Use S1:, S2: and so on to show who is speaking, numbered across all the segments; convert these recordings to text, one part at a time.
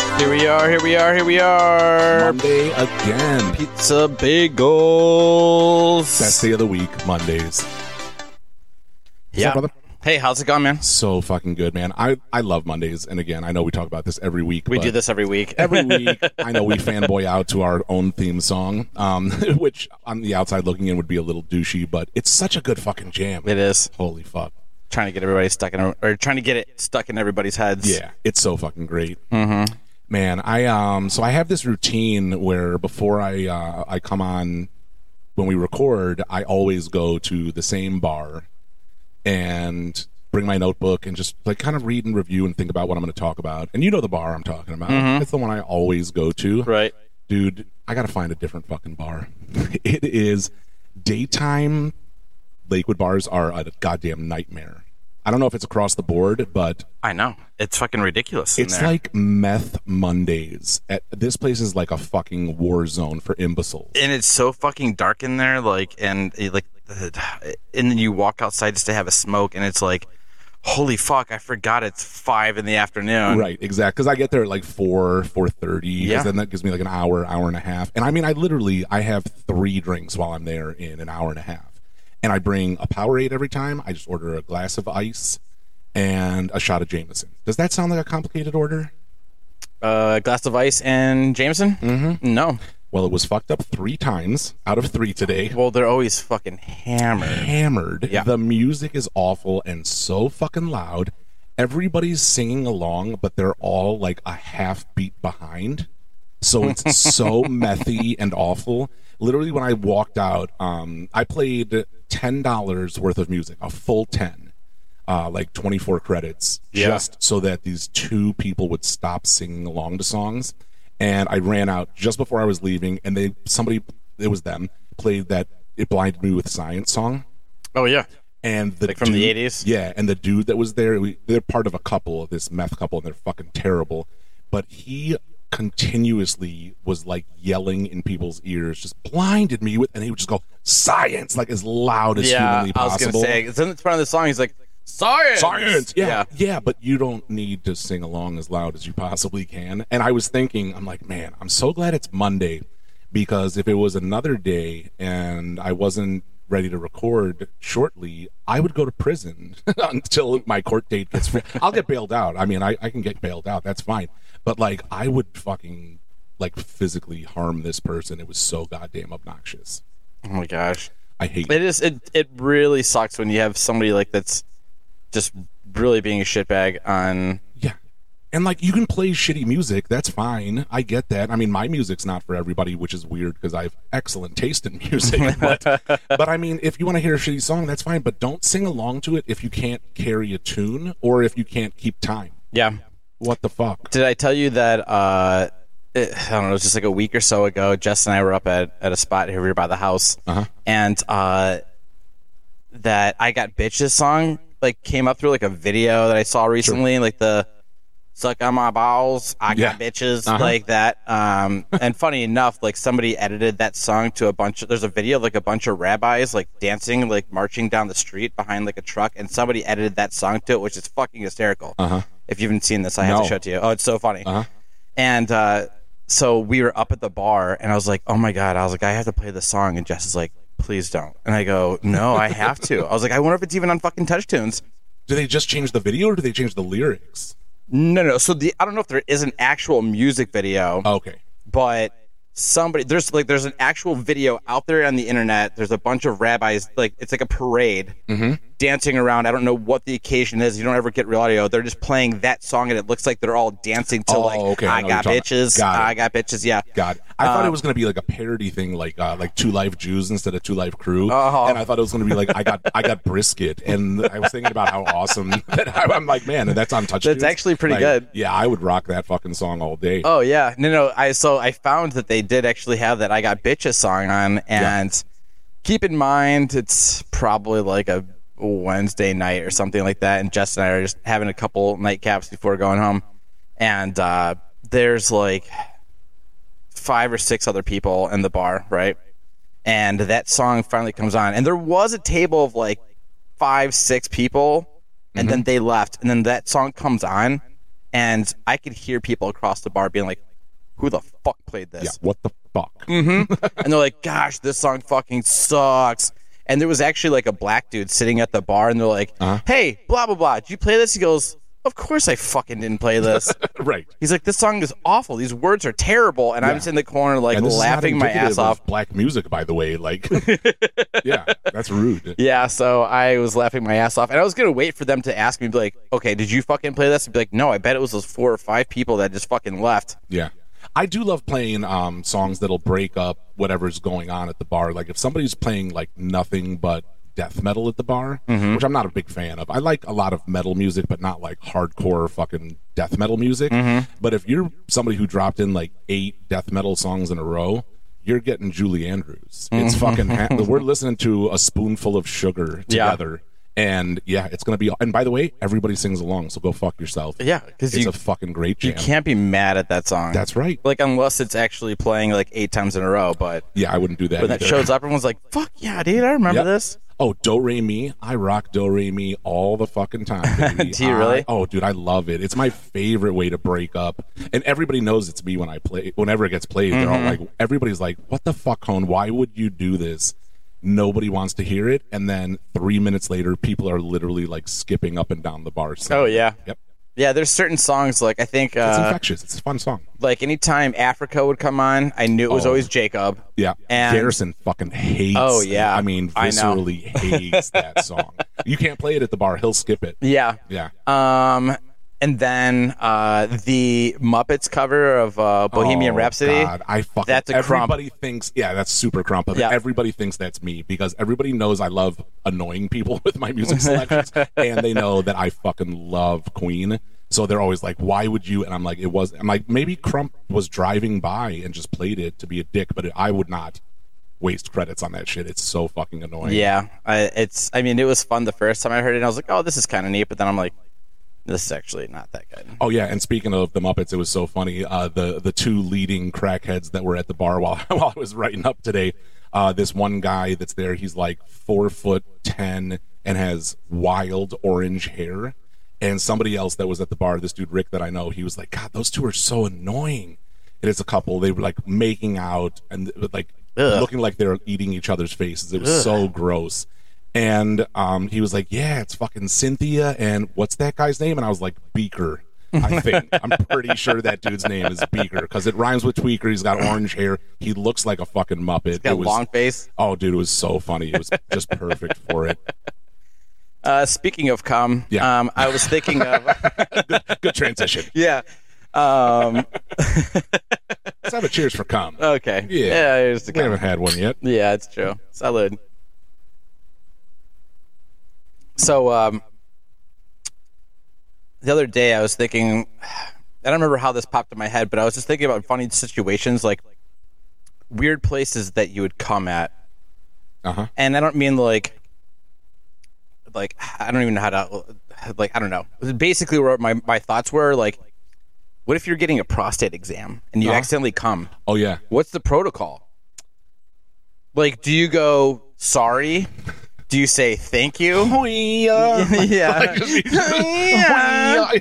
S1: are, here we are, here we are.
S2: Monday again.
S1: Pizza bagels.
S2: Best day of the week, Mondays.
S1: yeah.
S2: brother?
S1: Hey, how's it going, man?
S2: So fucking good, man. I, I love Mondays. And again, I know we talk about this every week.
S1: We
S2: but
S1: do this every week.
S2: every week. I know we fanboy out to our own theme song, um, which on the outside looking in would be a little douchey, but it's such a good fucking jam.
S1: it is
S2: Holy fuck.
S1: trying to get everybody stuck in, or trying to get it stuck in everybody's heads.
S2: Yeah, it's so fucking great. Mm-hmm. Man, I um, so I have this routine where before I uh, I come on when we record, I always go to the same bar and bring my notebook and just like kind of read and review and think about what I'm going to talk about. And you know the bar I'm talking about. It's the one I always go to.
S1: Right.
S2: Dude, I got to find a different fucking bar. it is daytime Lakewood bars are a goddamn nightmare. I don't know if it's across the board, but
S1: I know. It's fucking ridiculous. in
S2: it's
S1: there.
S2: like meth Mondays. At, this place is like a fucking war zone for imbeciles.
S1: and it's so fucking dark in there like and it, like uh, and then you walk outside just to have a smoke and it's like holy fuck i forgot it's five in the afternoon
S2: right, exact. Because I get there at like four, four thirty.
S1: Yeah.
S2: Then that gives me like an hour, hour and a half. And I mean, I literally I have three drinks while I'm there in an hour and a half. And I bring a Powerade every time. I just order a glass of ice and a shot of Jameson. Does that sound like a complicated order?
S1: uh glass of ice and jameson mm-hmm. no
S2: Well, it was fucked up three times out of three today.
S1: well they're always fucking hammered
S2: hammered.
S1: Yeah.
S2: The music is awful and so fucking loud. Everybody's singing along, but they're all like a half beat behind. So it's so methy and awful. Literally, when I walked out, um, I played ten dollars worth of music, a full ten, uh, like twenty-four credits,
S1: Yeah.
S2: just so that these two people would stop singing along to songs. And I ran out just before I was leaving, and they somebody it was them played that "It Blinded Me with Science" song
S1: oh yeah
S2: and the
S1: Like from the
S2: dude-
S1: 80s?
S2: Yeah, and the dude that was there, we, they're part of a couple, this meth couple, and they're fucking terrible. But he continuously was like yelling in people's ears, just blinded me with, and he would just go science like as loud as
S1: yeah
S2: humanly
S1: i was
S2: possible.
S1: gonna say it's in front of the song he's like science
S2: Science, yeah,
S1: yeah
S2: yeah, but you don't need to sing along as loud as you possibly can. And I was thinking, I'm like, man, I'm so glad it's Monday because if it was another day and I wasn't ready to record shortly, I would go to prison until my court date gets. I'll get bailed out. I mean, I, I can get bailed out. That's fine. But like, I would fucking like physically harm this person. It was so goddamn obnoxious.
S1: oh my gosh
S2: I hate
S1: It is. It it really sucks when you have somebody like that's just really being a shitbag on.
S2: Yeah. And like you can play shitty music, that's fine. I get that. I mean, my music's not for everybody, which is weird because I have excellent taste in music. But, but I mean, if you want to hear a shitty song, that's fine. But don't sing along to it if you can't carry a tune or if you can't keep time.
S1: Yeah.
S2: What the fuck?
S1: Did I tell you that? Uh, it, I don't know. It was just like a week or so ago. Jess and I were up at, at a spot here. We were by the house,
S2: Uh-huh.
S1: and uh, that I got bitches song like came up through like a video that I saw recently, like the suck on my balls, I
S2: Yeah.
S1: got bitches
S2: Uh-huh.
S1: like that. Um, and funny enough, like somebody edited that song to a bunch of there's a video of like a bunch of rabbis like dancing, like marching down the street behind like a truck, and somebody edited that song to it, which is fucking hysterical.
S2: Uh-huh.
S1: If you haven't seen this, I have
S2: No.
S1: to show it to you. Oh, it's so funny.
S2: Uh-huh.
S1: And uh, so we were up at the bar, and I was like, "Oh my god!" I was like, "I have to play this song," and Jess is like, "Please don't." And I go, "No, I have to." I was like, "I wonder if it's even on fucking Touch Tunes."
S2: Do they just change the video or do they change the lyrics?
S1: No, no. So the I don't know if there is an actual music video,
S2: Okay.
S1: but somebody there's like there's an actual video out there on the internet. There's a bunch of rabbis like it's like a parade
S2: Mm-hmm.
S1: dancing around. I don't know what the occasion is. You don't ever get real audio. They're just playing that song, and it looks like they're all dancing to
S2: Oh,
S1: like
S2: okay, I
S1: I,
S2: know what
S1: got
S2: you're talking about.
S1: bitches,
S2: Got it.
S1: I got bitches. Yeah,
S2: God, I thought
S1: Um,
S2: it was going to be like a parody thing, like uh, like Two Live Jews instead of Two Live Crew,
S1: Oh.
S2: and I thought it was going to be like I got I got brisket, and I was thinking about how awesome that I, I'm like, man, and that's on touch.
S1: That's
S2: Tunes.
S1: actually pretty
S2: Like,
S1: good.
S2: Yeah, I would rock that fucking song all day.
S1: Oh yeah, no, no. I so I found that they did actually have that "I Got Bitches" song on, and keep in mind it's probably like a Wednesday night or something like that. And Jess and I are just having a couple nightcaps before going home, and uh, there's like five or six other people in the bar, right? And that song finally comes on, and there was a table of like five, six people, and then they left, and then that song comes on, and I could hear people across the bar being like, who the fuck played this?
S2: Yeah, what the fuck?
S1: Mm-hmm. and they're like, "Gosh, this song fucking sucks." And there was actually like a black dude sitting at the bar, and they're like,
S2: Uh-huh.
S1: "Hey, blah blah blah, did you play this?" He goes, "Of course I fucking didn't play this."
S2: Right.
S1: He's like, "This song is awful. These words are terrible," and I'm just in the corner like
S2: And this is not
S1: laughing my
S2: indicative
S1: ass
S2: of
S1: off.
S2: Black music, by the way, like, yeah, that's rude.
S1: Yeah, so I was laughing my ass off, and I was gonna wait for them to ask me, be like, "Okay, did you fucking play this?" And be like, "No, I bet it was those four or five people that just fucking left."
S2: Yeah. I do love playing um, songs that'll break up whatever's going on at the bar. Like if somebody's playing like nothing but death metal at the bar,
S1: Mm-hmm.
S2: which I'm not a big fan of. I like a lot of metal music, but not like hardcore fucking death metal music.
S1: Mm-hmm.
S2: But if you're somebody who dropped in like eight death metal songs in a row, you're getting Julie Andrews. It's
S1: Mm-hmm.
S2: fucking. Ha- we're listening to a spoonful of sugar
S1: Yeah.
S2: together. And yeah, it's gonna be. And by the way, everybody sings along, so go fuck yourself.
S1: Yeah, 'cause
S2: it's
S1: you-
S2: a fucking great jam.
S1: You can't be mad at that song.
S2: That's right.
S1: like unless it's actually playing like eight times in a row, but
S2: Yeah, I wouldn't do that.
S1: when that
S2: either.
S1: shows up, everyone's like, "Fuck yeah, dude! I remember
S2: Yep.
S1: this."
S2: Oh, do re mi. I rock do re mi all the fucking time. baby.
S1: Do you
S2: I-
S1: really?
S2: oh, dude, I love it. It's my favorite way to break up, and everybody knows it's me when I play. Whenever it gets played, they're all
S1: Mm-hmm.
S2: like, everybody's like, "What the fuck, Hone? Why would you do this?" Nobody wants to hear it, and then three minutes later, people are literally like skipping up and down the bar. So,
S1: Oh yeah,
S2: yep.
S1: yeah. There's certain songs like I think
S2: It's
S1: uh,
S2: infectious. It's a fun song.
S1: like anytime Africa would come on, I knew it was
S2: Oh.
S1: always Jacob.
S2: Yeah,
S1: and
S2: Garrison fucking hates.
S1: Oh, yeah.
S2: I mean,
S1: I know.
S2: viscerally hates that song. You can't play it at the bar; he'll skip it.
S1: yeah,
S2: Yeah.
S1: um, and then uh, the Muppets cover of uh, Bohemian
S2: Oh,
S1: Rhapsody.
S2: God, I fucking
S1: That's a crump.
S2: everybody thinks yeah, that's super crump. of it.
S1: Yeah.
S2: Everybody thinks that's me because everybody knows I love annoying people with my music selections, and they know that I fucking love Queen. So they're always like, "Why would you?" And I'm like, "It was." I'm like, maybe Crump was driving by and just played it to be a dick, but I would not waste credits on that shit. It's so fucking annoying.
S1: Yeah, I, it's. I mean, it was fun the first time I heard it. and I was like, "Oh, this is kind of neat," but then I'm like, "This is actually not that good."
S2: Oh yeah, and speaking of the Muppets, it was so funny. Uh, the the two leading crackheads that were at the bar while while I was writing up today. Uh, this one guy that's there, he's like four foot ten and has wild orange hair. And somebody else that was at the bar, this dude Rick that I know, he was like, "God, those two are so annoying." And it's a couple. They were like making out and like
S1: Ugh.
S2: looking like they're eating each other's faces. It was so gross. And um, he was like, "Yeah, it's fucking Cynthia and what's that guy's name?" And I was like, "Beaker." I think I'm pretty sure that dude's name is Beaker because it rhymes with Tweaker. He's got orange hair. He looks like a fucking muppet.
S1: Got
S2: it was,
S1: long face.
S2: oh, dude, it was so funny. It was just perfect for it.
S1: Uh, speaking of cum,
S2: Yeah.
S1: um, I was thinking of
S2: Good transition.
S1: yeah. Um,
S2: Let's have a cheers for cum.
S1: okay.
S2: Yeah.
S1: here's the
S2: we haven't
S1: cum.
S2: had one yet.
S1: Yeah, it's true. Salud. So um, the other day, I was thinking. I don't remember how this popped in my head, but I was just thinking about funny situations, like weird places that you would come at
S2: Uh huh.
S1: and I don't mean like like I don't even know how to like I don't know. Basically, where my my thoughts were like, what if you're getting a prostate exam and you
S2: Uh-huh.
S1: accidentally come?
S2: Oh yeah.
S1: What's the protocol? Like, do you go sorry? Do you say thank you?
S2: uh,
S1: yeah. yeah.
S2: yeah.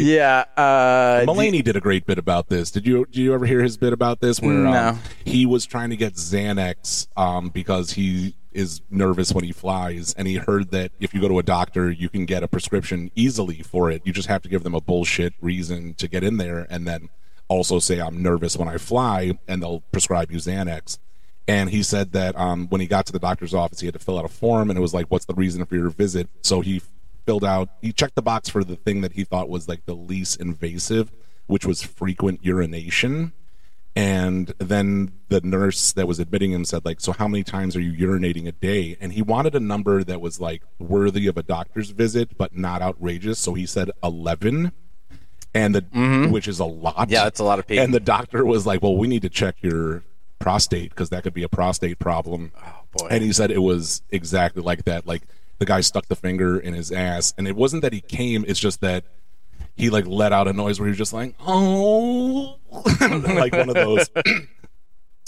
S1: Yeah. Uh, do-
S2: Mulaney did a great bit about this. Did you did you ever hear his bit about this? Where
S1: No.
S2: um, he was trying to get Xanax um, because he is nervous when he flies, and he heard that if you go to a doctor, you can get a prescription easily for it. You just have to give them a bullshit reason to get in there, and then also say I'm nervous when I fly, and they'll prescribe you Xanax. And he said that um, when he got to the doctor's office, he had to fill out a form, and it was like, "What's the reason for your visit?" So he filled out, he checked the box for the thing that he thought was like the least invasive, which was frequent urination. And then the nurse that was admitting him said, like, so how many times are you urinating a day? And he wanted a number that was like worthy of a doctor's visit, but not outrageous. So he said eleven, and the which is a lot.
S1: Yeah, that's a lot of people.
S2: And the doctor was like, well, we need to check your prostate because that could be a prostate problem.
S1: boy.
S2: And he said it was exactly like that. Like the guy stuck the finger in his ass, and it wasn't that he came. It's just that he like let out a noise where he was just like, oh, like one of those,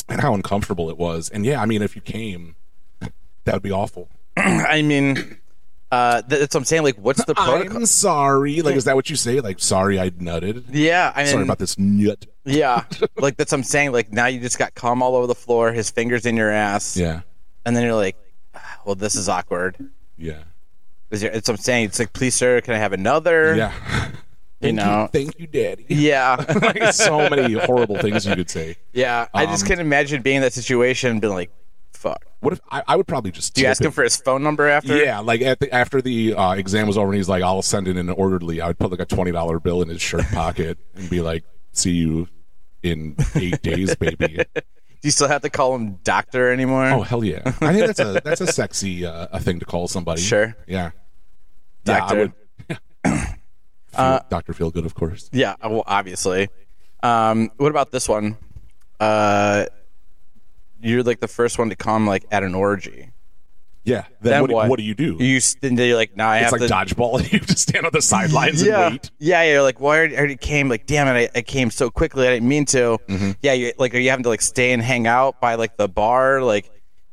S2: and how uncomfortable it was. And yeah, I mean, if you came, that would be awful.
S1: I mean, uh, th- that's what I'm saying. Like, what's the protocol?
S2: I'm sorry. Like, is that what you say? Like, sorry, I nutted.
S1: yeah, I mean,
S2: Sorry about this nut.
S1: Yeah, like that's what I'm saying. Like now you just got cum all over the floor, his fingers in your ass,
S2: Yeah.
S1: and then you're like, "Ah, well, this is awkward.
S2: Yeah.
S1: Is there, it's what I'm saying. It's like, please, sir, can I have another?
S2: Yeah.
S1: you know.
S2: Thank you, Daddy.
S1: Yeah,
S2: Like, so many horrible things you could say.
S1: yeah. I just
S2: Um,
S1: can't imagine being in that situation and being like, fuck.
S2: What if I, I would probably just
S1: Do you
S2: tip
S1: ask him
S2: it.
S1: for his phone number after?
S2: Yeah, like at the, after the uh, exam was over, and he's like, "I'll send it in orderly." I would put like a twenty dollar bill in his shirt pocket and be like, "See you in eight days, baby."
S1: Do you still have to call him doctor anymore?
S2: Oh hell yeah! I think that's a that's a sexy uh, a thing to call somebody.
S1: Sure.
S2: Yeah.
S1: Doctor. Uh,
S2: Yeah, I would, Doctor Feelgood, of course.
S1: Yeah, uh, well, obviously. Um, what about this one? Uh, you're like the first one to come like at an orgy.
S2: Yeah. Then,
S1: Then
S2: what, do-
S1: what?
S2: what do you do?
S1: You s- then you're like, nah, I
S2: it's
S1: have
S2: like
S1: to.
S2: dodgeball. you just stand on the sidelines
S1: yeah,
S2: and wait.
S1: yeah, you're like, well, I already, I already came. Like, damn it, I, I came so quickly. I didn't mean to.
S2: Mm-hmm.
S1: Yeah, you like, are you having to like stay and hang out by like the bar? Like,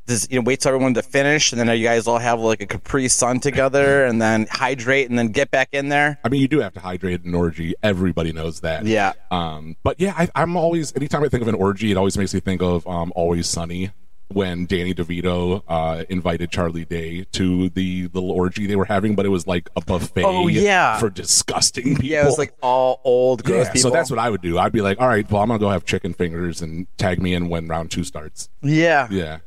S1: does you know, wait till everyone to finish, and then you guys all have like a Capri Sun together, and then hydrate, and then get back in there.
S2: I mean, you do have to hydrate at an orgy. Everybody knows that.
S1: Yeah.
S2: Um, but yeah, I, I'm always anytime I think of an orgy, it always makes me think of um, Always Sunny when Danny DeVito uh, invited Charlie Day to the little orgy they were having, but it was like a buffet.
S1: Oh, yeah.
S2: for disgusting people.
S1: Yeah, it was like all old gross
S2: Yeah,
S1: people.
S2: so that's what I would do. I'd be like, all right, well, I'm gonna go have chicken fingers and tag me in when round two starts.
S1: yeah,
S2: Yeah.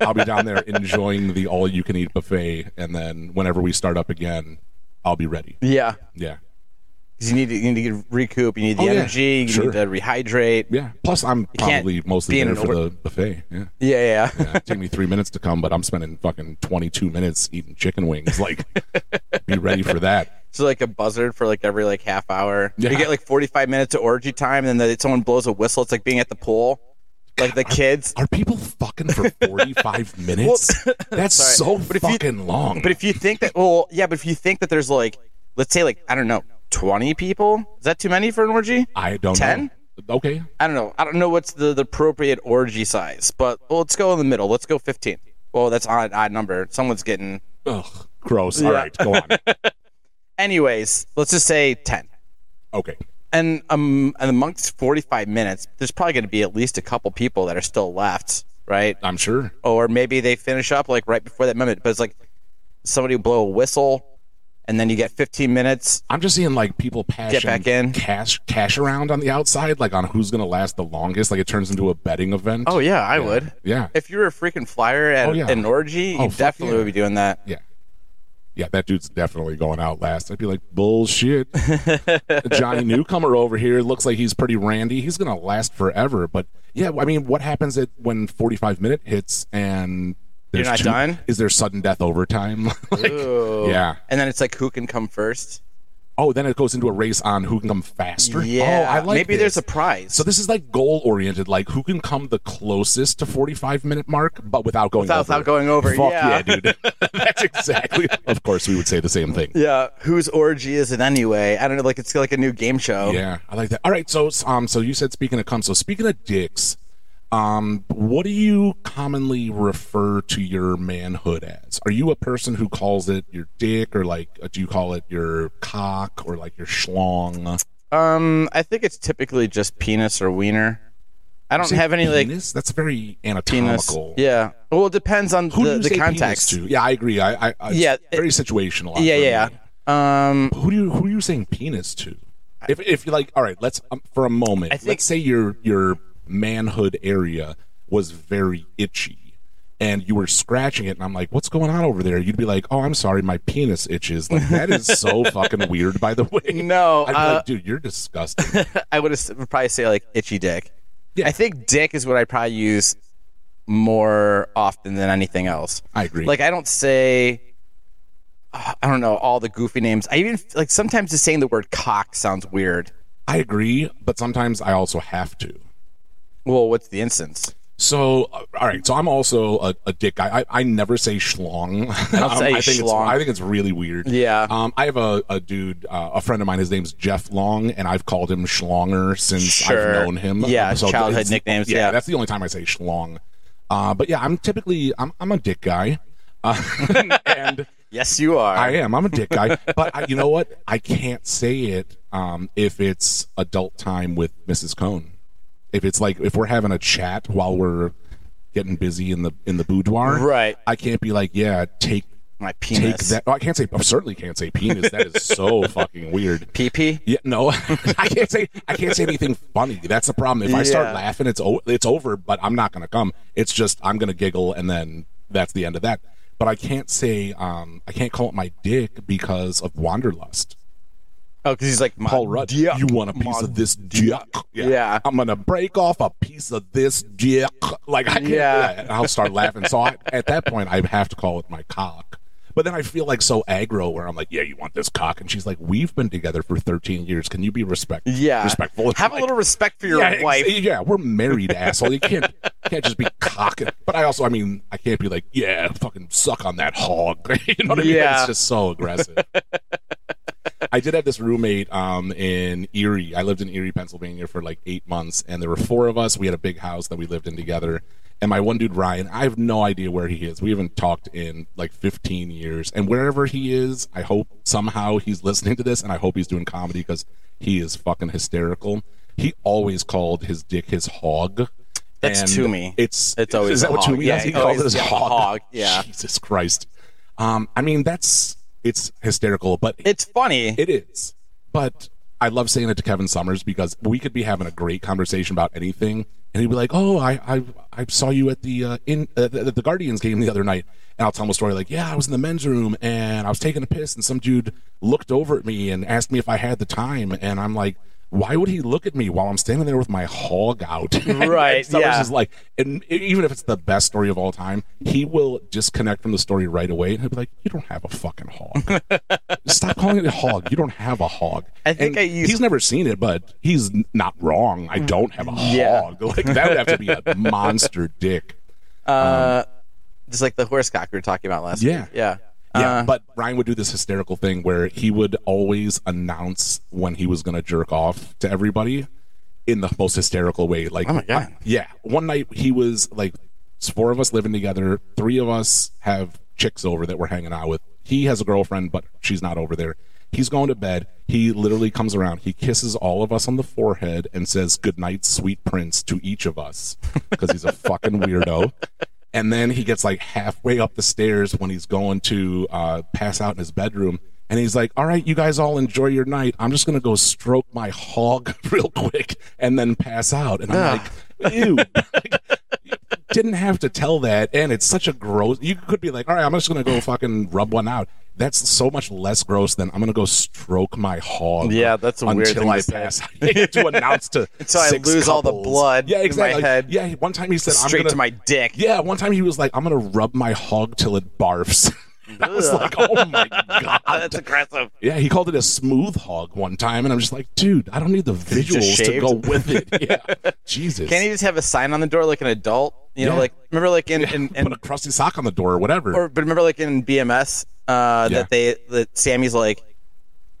S2: I'll be down there enjoying the all you can eat buffet, and then whenever we start up again, I'll be ready.
S1: yeah.
S2: Yeah.
S1: 'Cause you need to, you need to recoup. You need the
S2: Oh, yeah.
S1: energy. You
S2: Sure.
S1: need to rehydrate.
S2: Yeah. Plus, I'm
S1: can't
S2: probably mostly
S1: be in
S2: there
S1: an
S2: for
S1: or-
S2: the buffet. Yeah.
S1: Yeah, yeah.
S2: yeah. Take me three minutes to come, but I'm spending fucking 22 minutes eating chicken wings. Like, be ready for that.
S1: so like a buzzard for like every like half hour.
S2: Yeah.
S1: You get like forty five minutes of orgy time, and then someone blows a whistle. It's like being at the pool, like the kids.
S2: Are people fucking for 45 minutes? That's so
S1: Sorry. But if you-
S2: fucking long.
S1: But if you think that, well, yeah. But if you think that there's like, let's say like I don't know, twenty people. Is that too many for an orgy?
S2: I don't
S1: 10?
S2: know. Okay.
S1: I don't know. I don't know what's the, the appropriate orgy size, but well, let's go in the middle. Let's go fifteen. Well, that's odd odd number. Someone's getting.
S2: Ugh. Gross. All right. Go on.
S1: Anyways, let's just say ten.
S2: Okay.
S1: and um, and amongst 45 minutes, there's probably going to be at least a couple people that are still left, right?
S2: I'm sure.
S1: Or maybe they finish up like right before that moment. But it's like somebody will blow a whistle, and then you get 15 minutes.
S2: I'm just seeing like people passing
S1: Get back in.
S2: cash cash around on the outside, like on who's gonna last the longest. Like it turns into a betting event.
S1: Oh yeah, I would.
S2: yeah,
S1: If you were a freaking flyer at
S2: Oh, yeah.
S1: an orgy,
S2: Oh,
S1: you
S2: fuck
S1: definitely
S2: yeah.
S1: would be doing that.
S2: Yeah. Yeah, that dude's definitely going out last. I'd be like, bullshit. Johnny Newcomer over here looks like he's pretty randy. He's going to last forever. But yeah, I mean, what happens at when 45 minute hits and
S1: You're
S2: there's
S1: not
S2: two-
S1: done?
S2: Is there sudden death overtime? like,
S1: Ooh.
S2: yeah.
S1: And then it's like who can come first?
S2: Oh, then it goes into a race on who can come faster.
S1: Yeah.
S2: Oh, I like
S1: Maybe
S2: this.
S1: there's a prize.
S2: So this is like goal oriented, like who can come the closest to forty five minute mark, but without going
S1: Without-
S2: over.
S1: without going over,
S2: Fuck
S1: yeah.
S2: dude. That's exactly. Of course, we would say the same thing.
S1: yeah. Whose orgy is it anyway? I don't know. Like it's like a new game show.
S2: Yeah, I like that. All right, so um, so you said speaking of cum. So speaking of dicks, um, what do you commonly refer to your manhood as? Are you a person who calls it your dick, or like uh, do you call it your cock, or like your schlong?
S1: Um, I think it's typically just penis or wiener. I don't have any like
S2: penis? That's very
S1: penis.
S2: anatomical.
S1: Yeah. Well, it depends on
S2: Who do
S1: the,
S2: you
S1: the
S2: say penis
S1: context.
S2: to? Yeah, I agree. I, I, I yeah,
S1: Yeah,
S2: very situational. I
S1: Yeah,
S2: agree.
S1: yeah, yeah. Um,
S2: Who do you who are you saying penis to? If if you like, all right, let's um, for a moment.
S1: think-
S2: let's say your your manhood area was very itchy, and you were scratching it, and I'm like, what's going on over there? You'd be like, oh, I'm sorry, my penis itches. Like that is so fucking weird. By the way,
S1: No,
S2: I'd be
S1: uh,
S2: like, dude, you're disgusting.
S1: I would s- would probably say like itchy dick.
S2: Yeah.
S1: I think dick is what I probably use more often than anything else.
S2: I agree.
S1: Like I don't say. uh, I don't know all the goofy names. I even like sometimes just saying the word cock sounds weird.
S2: I agree, but sometimes I also have to.
S1: Well, what's the instance?
S2: So, uh, all right. So I'm also a, a dick guy. I, I never say schlong. Um,
S1: don't say
S2: I think It's,
S1: schlong.
S2: I think it's really weird.
S1: Yeah.
S2: Um, I have a, a dude, uh, a friend of mine. His name's Jeff Long, and I've called him schlonger since
S1: Sure.
S2: I've known him.
S1: Yeah,
S2: Uh,
S1: childhood
S2: it's-
S1: nicknames,
S2: Yeah,
S1: yeah.
S2: that's the only time I say schlong. Uh, but yeah, I'm typically I'm I'm a dick guy, uh, and
S1: Yes, you are.
S2: I am. I'm a dick guy. but I, you know what? I can't say it um, if it's adult time with Mrs. Cohn. If it's like if we're having a chat while we're getting busy in the in the boudoir,
S1: Right.
S2: I can't be like, yeah, take
S1: My
S2: take
S1: penis.
S2: that. Oh, I can't say. I certainly can't say penis. That is so fucking weird.
S1: PP.
S2: Yeah, no, I can't say I can't say anything funny. That's the problem. If I
S1: Yeah.
S2: start laughing, it's o- it's over. But I'm not gonna come. It's just I'm gonna giggle, and then that's the end of that. But I can't say um, I can't call it my dick because of wanderlust.
S1: Oh, because he's like my
S2: Paul Rudd,
S1: dick.
S2: you want a piece of this dick?
S1: Yeah.
S2: I'm gonna break off a piece of this dick. Like I can't.
S1: Yeah.
S2: Yeah. I'll start laughing. So I, at that point, I have to call it my cock. But then I feel like so aggro where I'm like, yeah, you want this cock? And she's like, we've been together for 13 years. Can you be respectful?
S1: Yeah.
S2: Respectful.
S1: Have a
S2: Like,
S1: little respect for your
S2: yeah, ex-
S1: wife.
S2: yeah, we're married, asshole. You can't can't just be cocking. But I also, I mean, I can't be like, yeah, fucking suck on that hog. you know what I mean?
S1: Yeah.
S2: It's just so aggressive. I did have this roommate um, in Erie. I lived in Erie, Pennsylvania for like eight months, and there were four of us. We had a big house that we lived in together. And my one dude, Ryan, I have no idea where he is. We haven't talked in like 15 years. And wherever he is, I hope somehow he's listening to this, and I hope he's doing comedy because he is fucking hysterical. He always called his dick his hog.
S1: That's
S2: And
S1: Toomey.
S2: It's
S1: It's always
S2: is that
S1: a
S2: what
S1: hog.
S2: Toomey
S1: Yeah,
S2: does? He
S1: he
S2: calls it
S1: always-
S2: his
S1: yeah,
S2: hog.
S1: hog, yeah.
S2: Jesus Christ. Um, I mean, that's it's hysterical, but
S1: It's funny.
S2: it is. But I love saying it to Kevin Summers because we could be having a great conversation about anything, and he'd be like, "Oh, I I, I saw you at the uh, in uh, the, the Guardians game the other night," and I'll tell him a story like, "Yeah, I was in the men's room and I was taking a piss, and some dude looked over at me and asked me if I had the time," and I'm like. Why would he look at me while I'm standing there with my hog out? And
S1: Right,
S2: Summers
S1: yeah.
S2: is like, and e- even if it's the best story of all time, he will disconnect from the story right away, and he'll be like, "You don't have a fucking hog." Stop calling it a hog. You don't have a hog.
S1: I think
S2: And
S1: I used-
S2: He's never seen it, but he's n- not wrong.
S1: Mm.
S2: I don't have a
S1: Yeah.
S2: hog. Like that would have to be a monster dick.
S1: Just like the horse cock we were talking about last
S2: Yeah.
S1: week. Yeah.
S2: Yeah,
S1: Uh,
S2: but Ryan would do this hysterical thing where he would always announce when he was going to jerk off to everybody in the most hysterical way. Like,
S1: Oh my God.
S2: yeah. One night he was like, it's four of us living together. Three of us have chicks over that we're hanging out with. He has a girlfriend, but she's not over there. He's going to bed. He literally comes around. He kisses all of us on the forehead and says, Good night, sweet prince, to each of us because he's a fucking weirdo. And then he gets like halfway up the stairs when he's going to uh, pass out in his bedroom. And he's like, All right, you guys all enjoy your night. I'm just going to go stroke my hog real quick and then pass out. And I'm like, Ew. Like, you didn't have to tell that. And it's such a gross. You could be like, All right, I'm just going to go fucking rub one out. That's so much less gross than I'm going to go stroke my hog.
S1: Yeah, that's a
S2: until
S1: weird thing
S2: I
S1: to say.
S2: pass out. to announce to.
S1: Until I
S2: six
S1: lose all the
S2: couples.
S1: blood
S2: Yeah,
S1: in my
S2: exactly. Like,
S1: head.
S2: Yeah, one time he said, I'm
S1: straight
S2: gonna,
S1: to my dick.
S2: yeah, one time he was like, "I'm gonna rub my hog till it barfs." I was like, "Oh my god!"
S1: That's aggressive.
S2: yeah, he called it a smooth hog one time, and I'm just like, "Dude, I don't need the visuals
S1: just
S2: to
S1: shaved?
S2: go with it." Yeah, Jesus.
S1: Can't you just have a sign on the door like an adult? You know,
S2: Yeah.
S1: like remember like in, in, in
S2: put a crusty sock on the door or whatever?
S1: or but remember like in BMS uh,
S2: Yeah.
S1: that they that Sammy's like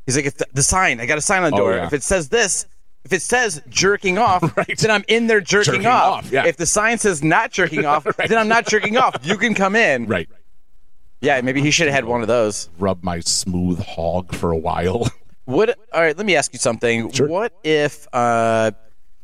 S1: he's like it's the sign I got a sign on the door
S2: Oh, yeah.
S1: if it says this if it says jerking off
S2: Right.
S1: then I'm in there jerking,
S2: Jerking
S1: off,
S2: off, yeah.
S1: if the sign says not jerking off then I'm not jerking off you can come in
S2: right,
S1: yeah maybe he should have had one of those
S2: rub my smooth hog for a while.
S1: What? All right, let me ask you something.
S2: Sure.
S1: What if, uh,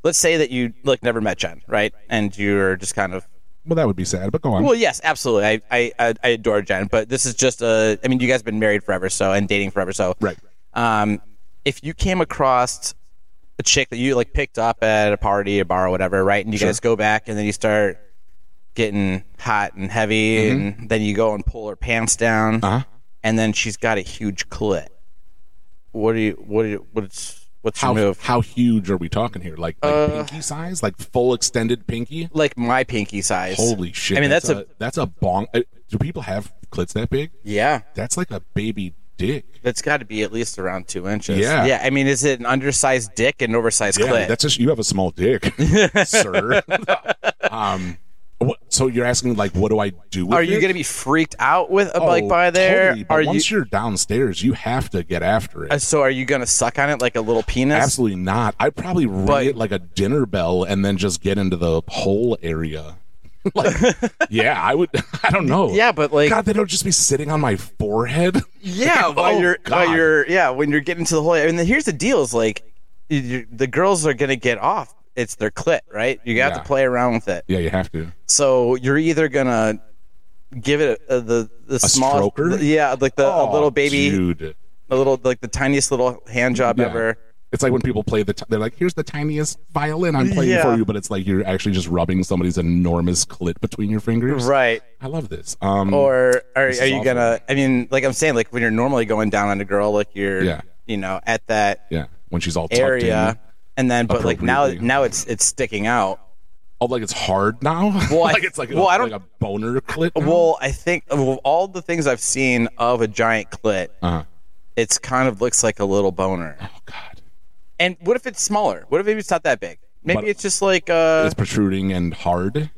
S1: let's say that you like never met Jen, right? And you're just kind of.
S2: well, that would be sad, but go on.
S1: Well, yes, absolutely. I I I- I adore Jen, but this is just a. I mean, you guys have been married forever, so and dating forever, so.
S2: Right.
S1: Um, if you came across a chick that you like picked up at a party, a bar, or whatever, right? And you guys go back, and then you start getting hot and heavy, and then you go and pull her pants down,
S2: Mm-hmm. Uh-huh.
S1: and then she's got a huge clit. What do you? What do you? What's what's
S2: how
S1: your move? Uh,
S2: how huge are we talking here? Like, like pinky size, like full extended pinky?
S1: like my pinky size.
S2: Holy shit!
S1: I mean, that's, a,
S2: a that's a bong. uh, Do people have clits that big?
S1: yeah.
S2: That's like a baby dick.
S1: That's got to be at least around two inches.
S2: Yeah.
S1: Yeah. I mean, is it an undersized dick and oversized
S2: Yeah,
S1: clit?
S2: that's just you have a small dick, sir. um, what, so you're asking like, what do I do? With
S1: Are you
S2: it?
S1: going to be freaked out with a bike
S2: Oh,
S1: by there?
S2: totally, but
S1: are you?
S2: once you... are downstairs, you have to get after it.
S1: uh, so are you going to suck on it like a little penis?
S2: Absolutely not. I'd probably ring
S1: But-
S2: it like a dinner bell and then just get into the hole area. like, yeah, I would. I don't know.
S1: Yeah, but like,
S2: God, they don't just be sitting on my forehead.
S1: yeah,
S2: Like,
S1: while
S2: oh,
S1: you're,
S2: God.
S1: while you're, yeah, when you're getting to the whole. I mean, here's the deal: is like, you- you, the girls are gonna get off. It's their clit, right? You got
S2: Yeah.
S1: to play around with it.
S2: yeah, you have to.
S1: So you're either gonna give it a, the the small,
S2: stroker?
S1: yeah, like the a
S2: Oh,
S1: little baby,
S2: dude.
S1: a little like the tiniest little hand job
S2: Yeah.
S1: ever.
S2: It's like when people play the. T- they're like, "Here's the tiniest violin I'm playing
S1: Yeah.
S2: for you," but it's like you're actually just rubbing somebody's enormous clit between your fingers.
S1: Right.
S2: I love this. Um,
S1: Or are, are
S2: is
S1: you
S2: awful.
S1: gonna? I mean, like I'm saying, like when you're normally going down on a girl, like you're,
S2: Yeah.
S1: you know, at that
S2: yeah, when she's all tucked
S1: area,
S2: in.
S1: and then but like now,
S2: appropriately.
S1: now it's it's sticking out.
S2: Oh, like it's hard now.
S1: Well, I-
S2: like it's like
S1: well,
S2: a,
S1: I don't-
S2: like a boner clit. now?
S1: Well, I think of all the things I've seen of a giant clit,
S2: Uh-huh.
S1: it's kind of looks like a little boner.
S2: oh God,
S1: And what if it's smaller? What if maybe it's not that big? Maybe
S2: But-
S1: it's just like uh,
S2: it's protruding and hard.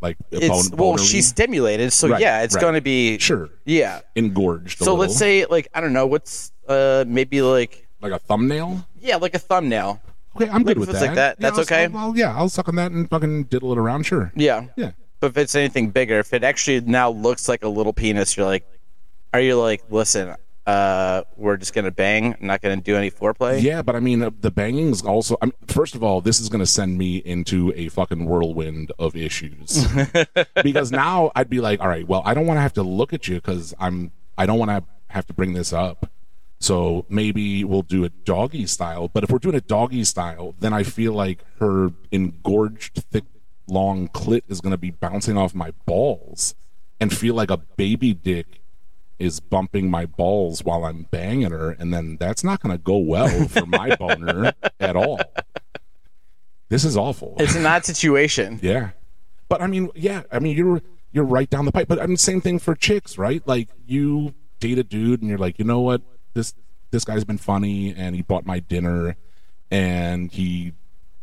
S2: Like a
S1: it's
S2: bone-
S1: well,
S2: bonery?
S1: she's stimulated, so
S2: Right,
S1: yeah, it's
S2: right.
S1: going to be
S2: sure
S1: yeah.
S2: engorged. a
S1: So let's
S2: little.
S1: say like I don't know what's uh maybe like
S2: like a thumbnail.
S1: yeah like a thumbnail
S2: Okay, I'm good
S1: if
S2: with
S1: it's
S2: that.
S1: like that,
S2: Yeah,
S1: that's
S2: I'll-
S1: okay?
S2: I'll- I'll- yeah, I'll suck on that and fucking diddle it around. Sure.
S1: yeah
S2: Yeah.
S1: But if it's anything bigger, if it actually now looks like a little penis, you're like, are you like, listen, uh, we're just gonna bang, I'm not gonna do any foreplay.
S2: Yeah, but I mean, uh, the banging's also. I mean, first of all, this is going to send me into a fucking whirlwind of issues because now I'd be like, all right, well, I don't want to have to look at you because I'm. I don't want to have to bring this up. So maybe we'll do it doggy style. But if we're doing it doggy style, then I feel like her engorged, thick, long clit is going to be bouncing off my balls and feel like a baby dick is bumping my balls while I'm banging her, and then that's not going to go well for my boner at all. This is awful.
S1: It's an odd situation.
S2: yeah, but I mean, yeah, I mean, you're you're right down the pipe. But I mean, same thing for chicks, right? Like you date a dude, and you're like, you know what, this this guy's been funny, and he bought my dinner, and he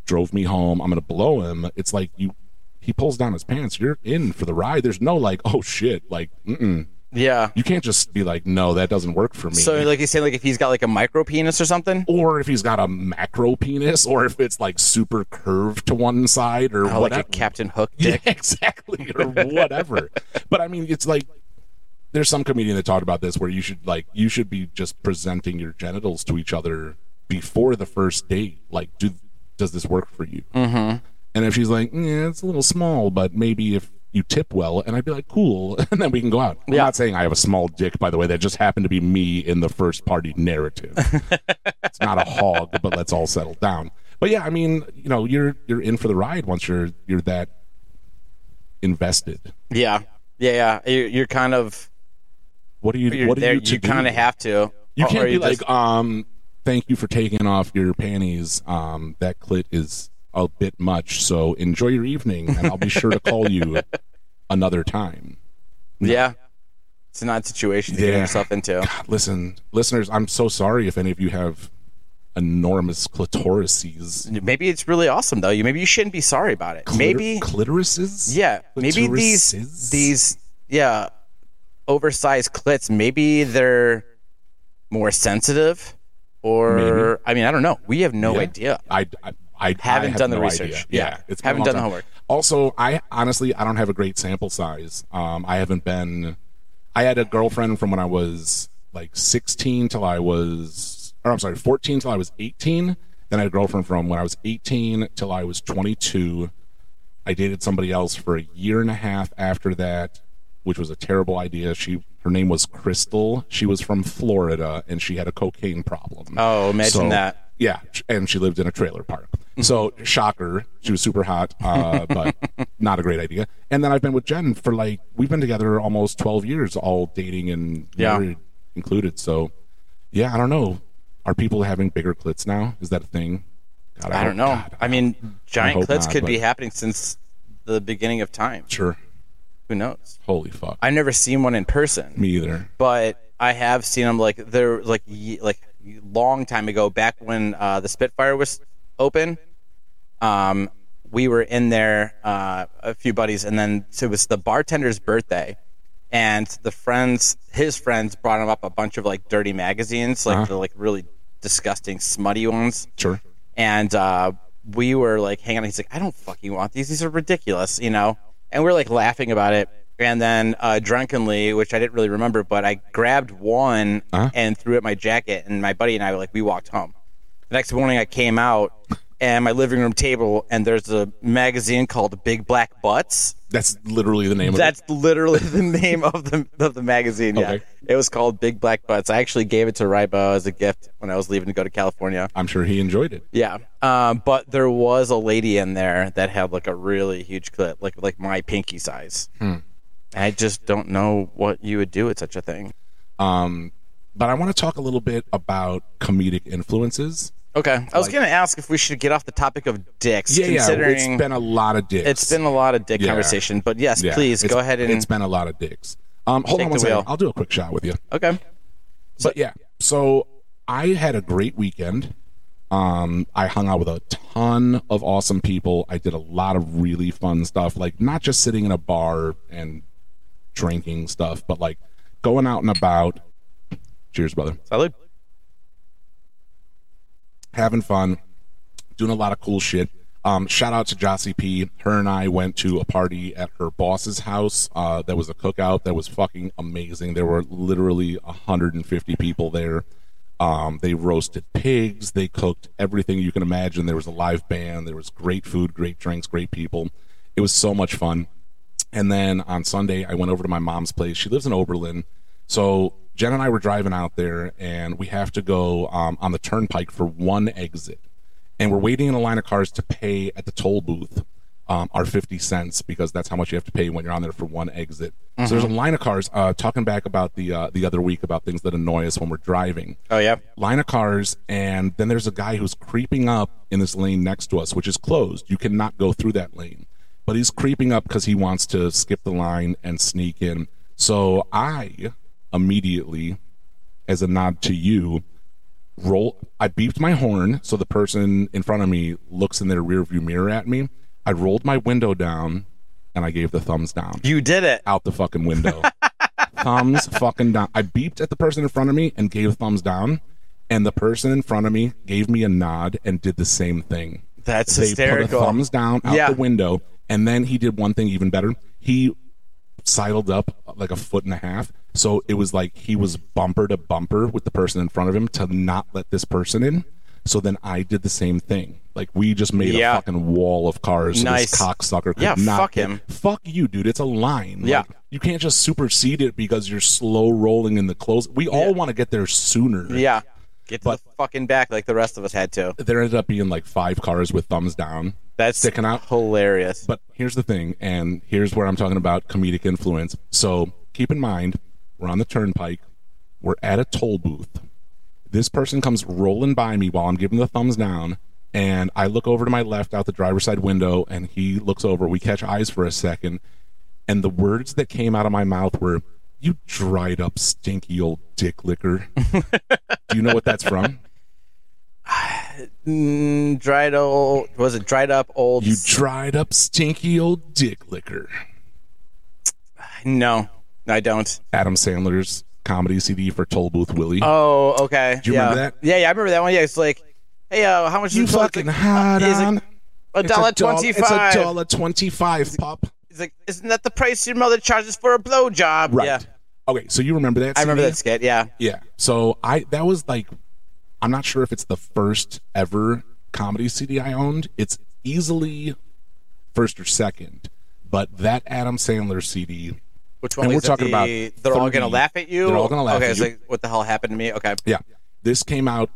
S2: drove me home. I'm gonna blow him. It's like you. He pulls down his pants. You're in for the ride. There's no like, oh shit, like, mm-mm.
S1: Yeah.
S2: You can't just be like, no, that doesn't work for me.
S1: So like you're saying, like if he's got like a micro penis or something,
S2: or if he's got a macro penis, or if it's like super curved to one side,
S1: Oh,
S2: or
S1: like a
S2: whatever.
S1: Captain Hook
S2: yeah,
S1: dick.
S2: exactly, or whatever. but I mean, it's like there's some comedian that talked about this where you should like you should be just presenting your genitals to each other before the first date. Like, do does this work for you?
S1: Mm-hmm.
S2: And if she's like, yeah, it's a little small, but maybe if you tip well, and I'd be like, cool, and then we can go out. I'm
S1: Yeah.
S2: not saying I have a small dick, by the way. That just happened to be me in the first party narrative. it's not a hog, but let's all settle down. But yeah, I mean, you know, you're you're in for the ride once you're you're that invested.
S1: Yeah. Yeah. Yeah. You're, you're kind of
S2: What do you?
S1: you're
S2: what do
S1: there.
S2: you?
S1: You,
S2: to do?
S1: kind of have to.
S2: You
S1: Or- or
S2: can't be like,
S1: just-
S2: um, thank you for taking off your panties. Um, that clit is a bit much, so enjoy your evening, and I'll be sure to call you another time.
S1: yeah. It's an odd situation to get
S2: Yeah.
S1: yourself into.
S2: God, listen, listeners, I'm so sorry if any of you have enormous clitorises.
S1: Maybe it's really awesome though. You maybe you shouldn't be sorry about it.
S2: Clitor-
S1: maybe
S2: clitorises.
S1: Yeah, maybe these
S2: Clitorises?
S1: these yeah oversized clits. Maybe they're more sensitive, or
S2: Maybe.
S1: I mean, I don't know. We have no
S2: Yeah.
S1: idea.
S2: I, I, I
S1: Haven't
S2: I have
S1: done the
S2: no
S1: research.
S2: idea.
S1: Yeah.
S2: Yeah, it's been
S1: Haven't
S2: a long
S1: done the
S2: time.
S1: homework.
S2: Also, I honestly I don't have a great sample size. Um, I haven't been. I had a girlfriend from when I was like 16 till I was, or I'm sorry, 14 till I was 18. Then I had a girlfriend from when I was 18 till I was 22. I dated somebody else for a year and a half after that, which was a terrible idea. She her name was Crystal. She was from Florida and she had a cocaine problem.
S1: Oh, imagine
S2: So-
S1: that.
S2: Yeah, sh- and she lived in a trailer park.
S1: Mm-hmm.
S2: So shocker, she was super hot, uh, but not a great idea. And then I've been with Jen for like we've been together almost twelve years, all dating and
S1: Yeah.
S2: married included. So yeah, I don't know. Are people having bigger clits now? Is that a thing? Oh, God,
S1: I
S2: hope
S1: don't know.
S2: not.
S1: I mean, giant
S2: hope
S1: clits
S2: not,
S1: could
S2: but-
S1: be happening since the beginning of time.
S2: sure.
S1: Who knows?
S2: Holy fuck.
S1: I've never seen one in person,
S2: Me either.
S1: but I have seen them like they're like ye- like long time ago, back when uh, the Spitfire was open. um, we were in there, uh, a few buddies, and then so it was the bartender's birthday, and the friends, his friends, brought him up a bunch of like dirty magazines, like
S2: Uh-huh.
S1: the like really disgusting, smutty ones,
S2: Sure.
S1: and uh, we were like hanging. out. He's like, I don't fucking want these. These are ridiculous, you know. and we were like laughing about it. And then uh, drunkenly, which I didn't really remember, but I grabbed one
S2: Uh-huh.
S1: and threw it in my jacket. And my buddy and I were like, we walked home. The next morning, I came out and my living room table, and there's a magazine called Big Black Butts.
S2: That's literally the name of
S1: That's literally the name of the of the magazine. Yeah,
S2: Okay.
S1: it was called Big Black Butts. I actually gave it to Rybo as a gift when I was leaving to go to California.
S2: it. I'm sure he enjoyed it.
S1: Yeah, um, but there was a lady in there that had like a really huge clit, like like my pinky size.
S2: Hmm.
S1: And I just don't know what you would do with such a thing.
S2: Um, but I want to talk a little bit about comedic influences.
S1: Okay, I was gonna ask if we should get off the topic of dicks,
S2: Yeah, yeah.
S1: considering
S2: It's been a lot of dicks.
S1: a lot of dick
S2: Yeah.
S1: conversation. But yes,
S2: Yeah,
S1: please
S2: it's-
S1: go ahead and
S2: It's been a lot of dicks. Um, hold
S1: Take
S2: on one
S1: the
S2: second.
S1: wheel.
S2: I'll do a quick shot with you.
S1: okay.
S2: But yeah, so I had a great weekend. Um, I hung out with a ton of awesome people. I did a lot of really fun stuff, like not just sitting in a bar and drinking stuff, but like going out and about. Cheers, brother.
S1: Salud.
S2: Having fun, doing a lot of cool shit. Um, shout out to Jossie P. Her and I went to a party at her boss's house. Uh, that was a cookout. That was fucking amazing. There were literally 150 people there. Um, they roasted pigs. They cooked everything you can imagine. There was a live band. There was great food, great drinks, great people. It was so much fun. And then on Sunday, I went over to my mom's place. She lives in Oberlin. So Jen and I were driving out there, and we have to go um, on the turnpike for one exit. And we're waiting in a line of cars to pay at the toll booth um, our 50 cents because that's how much you have to pay when you're on there for one exit. So there's a line of cars uh, talking back about the, uh, the other week about things that annoy us when we're driving
S1: Oh yeah.
S2: line of cars, and then there's a guy who's creeping up in this lane next to us, which is closed. You cannot go through that lane. But he's creeping up because he wants to skip the line and sneak in. So I immediately, as a nod to you, roll I beeped my horn so the person in front of me looks in their rearview mirror at me. I rolled my window down and I gave the thumbs down
S1: You did it.
S2: out the fucking window. thumbs fucking down. I beeped at the person in front of me and gave thumbs down, and the person in front of me gave me a nod and did the same thing.
S1: That's
S2: they put a
S1: hysterical.
S2: thumbs down out
S1: Yeah.
S2: the window, and then he did one thing even better. He sidled up uh, like a foot and a half, so it was like he was bumper to bumper with the person in front of him to not let this person in. So then I did the same thing. Like we just made
S1: Yeah.
S2: a fucking wall of cars. So
S1: Nice.
S2: this cocksucker could
S1: Yeah,
S2: not
S1: fuck
S2: get-
S1: him.
S2: Fuck you, dude. It's a line.
S1: Yeah.
S2: Like, you can't just supersede it because you're slow rolling in the close. We all want to get there sooner.
S1: Yeah. Get to
S2: But-
S1: the fucking back like the rest of us had to.
S2: There ended up being like five cars with thumbs down.
S1: That's
S2: sticking out.
S1: hilarious.
S2: But here's the thing, and here's where I'm talking about comedic influence. So keep in mind, we're on the turnpike, we're at a toll booth. This person comes rolling by me while I'm giving the thumbs down, and I look over to my left out the driver's side window, and he looks over. We catch eyes for a second, and the words that came out of my mouth were, You dried up, stinky old dick licker. Do you know what that's from?
S1: Mm, dried old was it dried up old?
S2: You dried up, stinky old dick licker.
S1: no, I don't.
S2: Adam Sandler's comedy CD for Toll Booth Willie.
S1: Oh, okay.
S2: Do you
S1: yeah.
S2: remember that?
S1: Yeah, yeah, I remember that one. Yeah, it's like, hey, uh, how much
S2: you
S1: is it?
S2: fucking hot
S1: Is it-
S2: on.
S1: a
S2: It's
S1: dollar
S2: a doll-
S1: twenty-five.
S2: It's a dollar twenty-five, pop.
S1: He's like, isn't that the price your mother charges for a blowjob?
S2: Right.
S1: Yeah,
S2: Okay, so you remember that?
S1: I remember
S2: CD?
S1: that skit. Yeah,
S2: Yeah. So I that was like, I'm not sure if it's the first ever comedy CD I owned. It's easily first or second, but that Adam Sandler CD.
S1: which one?
S2: And
S1: was
S2: we're
S1: it?
S2: talking about
S1: The- they're all
S2: 30
S1: gonna laugh at you.
S2: They're all gonna laugh
S1: Okay,
S2: at
S1: it's
S2: you.
S1: like, what the hell happened to me? Okay,
S2: Yeah, this came out.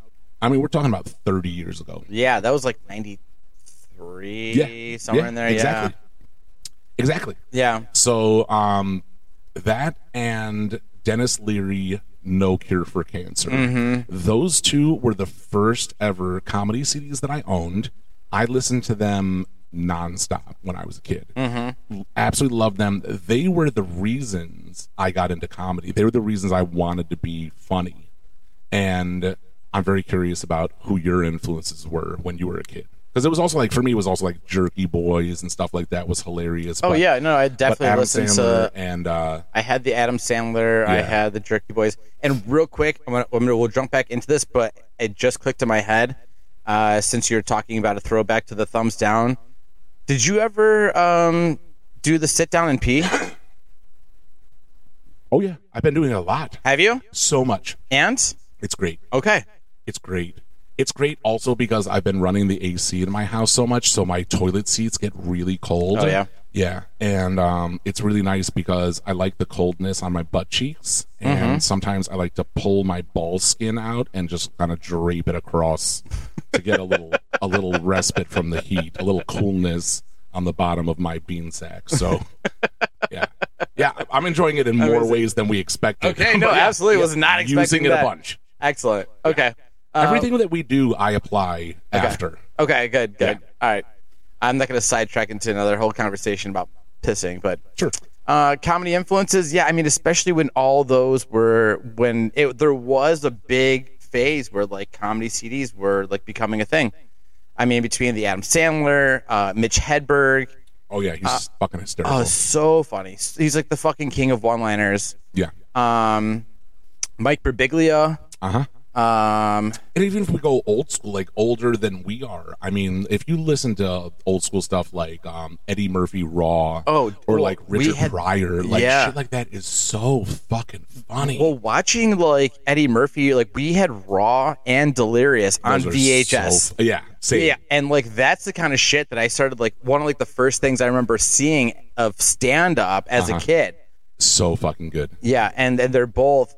S2: I mean, we're talking about 30 years ago.
S1: yeah, that was like ninety-three, somewhere in there.
S2: Exactly. Exactly.
S1: Yeah, yeah.
S2: So um, that and Dennis Leary, No Cure for Cancer.
S1: Mm-hmm.
S2: Those two were the first ever comedy CDs that I owned. I listened to them nonstop when I was a kid.
S1: Mm-hmm.
S2: Absolutely loved them. They were the reasons I got into comedy. They were the reasons I wanted to be funny. And I'm very curious about who your influences were when you were a kid. Because it was also like, for me, it was also like Jerky Boys and stuff like that was hilarious.
S1: Oh
S2: but-
S1: yeah, no, I
S2: but
S1: definitely
S2: Adam
S1: listened
S2: Sandler
S1: to
S2: and uh,
S1: I had the Adam Sandler. I
S2: Yeah.
S1: had the Jerky Boys. And real quick, I'm gonna, I'm gonna we'll jump back into this, but it just clicked in my head uh, since you're talking about a throwback to the thumbs down. Did you ever um, do the sit down and pee?
S2: Oh yeah, I've been doing it a lot,
S1: Have you?
S2: so much.
S1: And
S2: It's great.
S1: okay.
S2: It's great. It's great also because I've been running the AC in my house so much, so my toilet seats get really cold.
S1: Oh, yeah.
S2: Yeah. And um, it's really nice because I like the coldness on my butt cheeks. And
S1: Mm-hmm.
S2: sometimes I like to pull my ball skin out and just kind of drape it across to get a little a little respite from the heat, a little coolness on the bottom of my bean sack. So yeah. Yeah, I'm enjoying it in more ways than we expected.
S1: Okay, no,
S2: But yeah,
S1: absolutely
S2: yeah,
S1: was not expecting
S2: using it
S1: that.
S2: a bunch.
S1: Excellent. Okay. Um,
S2: Everything that we do, I apply after.
S1: Okay, good, good.
S2: Yeah.
S1: All right. I'm not going to sidetrack into another whole conversation about pissing, but
S2: Sure.
S1: uh, comedy influences. Yeah, I mean, especially when all those were when it, there was a big phase where like comedy CDs were like becoming a thing. I mean, between the Adam Sandler, uh, Mitch Hedberg.
S2: Oh yeah, he's fucking hysterical.
S1: Oh, so funny. He's like the fucking king of one-liners.
S2: yeah.
S1: Um, Mike Birbiglia.
S2: Uh huh.
S1: Um,
S2: And even if we go old school, like older than we are, I mean, if you listen to old school stuff like um, Eddie Murphy Raw,
S1: Oh,
S2: or
S1: well,
S2: like
S1: we
S2: Richard
S1: had-
S2: Pryor, like
S1: yeah.
S2: shit like that is so fucking funny.
S1: Well, watching like Eddie Murphy, like we had Raw and Delirious on
S2: Those are
S1: VHS.
S2: so- yeah, same.
S1: yeah, and like that's the kind of shit that I started like one of like the first things I remember seeing of stand up as
S2: Uh-huh.
S1: a kid.
S2: so fucking good.
S1: Yeah, and, and they're both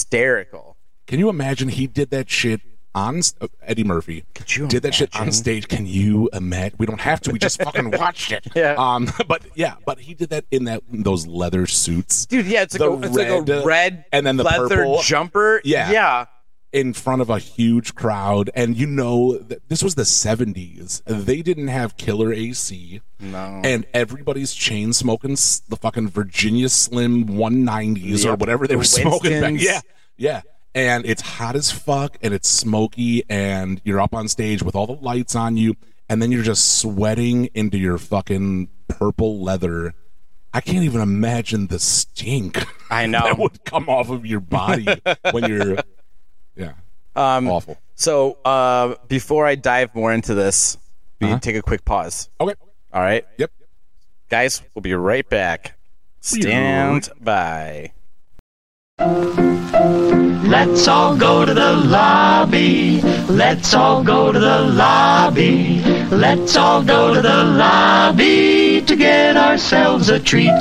S1: hysterical.
S2: Can you imagine he did that shit on st- Eddie Murphy?
S1: you
S2: did that shit on stage? Can you imagine? We don't have to. We just fucking watched it.
S1: Yeah.
S2: Um. But yeah. But he did that in that in those leather suits.
S1: Dude, yeah, it's like,
S2: The
S1: a, it's like a
S2: red,
S1: red
S2: and then the
S1: leather
S2: purple.
S1: jumper.
S2: Yeah.
S1: Yeah.
S2: in front of a huge crowd and you know th- this was the 70s they didn't have killer ac
S1: No.
S2: and everybody's chain smoking s- the fucking virginia slim 190s or
S1: Yep.
S2: whatever they were smoking back.
S1: Winstons.
S2: yeah yeah and it's hot as fuck and it's smoky and you're up on stage with all the lights on you and then you're just sweating into your fucking purple leather i can't even imagine the stink
S1: I know.
S2: that would come off of your body when you're yeah
S1: Um,
S2: awful
S1: So uh, before I dive more into this, we
S2: Uh-huh.
S1: take a quick pause.
S2: okay
S1: All right.
S2: yep
S1: Guys, we'll be right back. Stand by.
S3: Let's all go to the lobby. Let's all go to the lobby. Let's all go to the lobby to get ourselves a treat.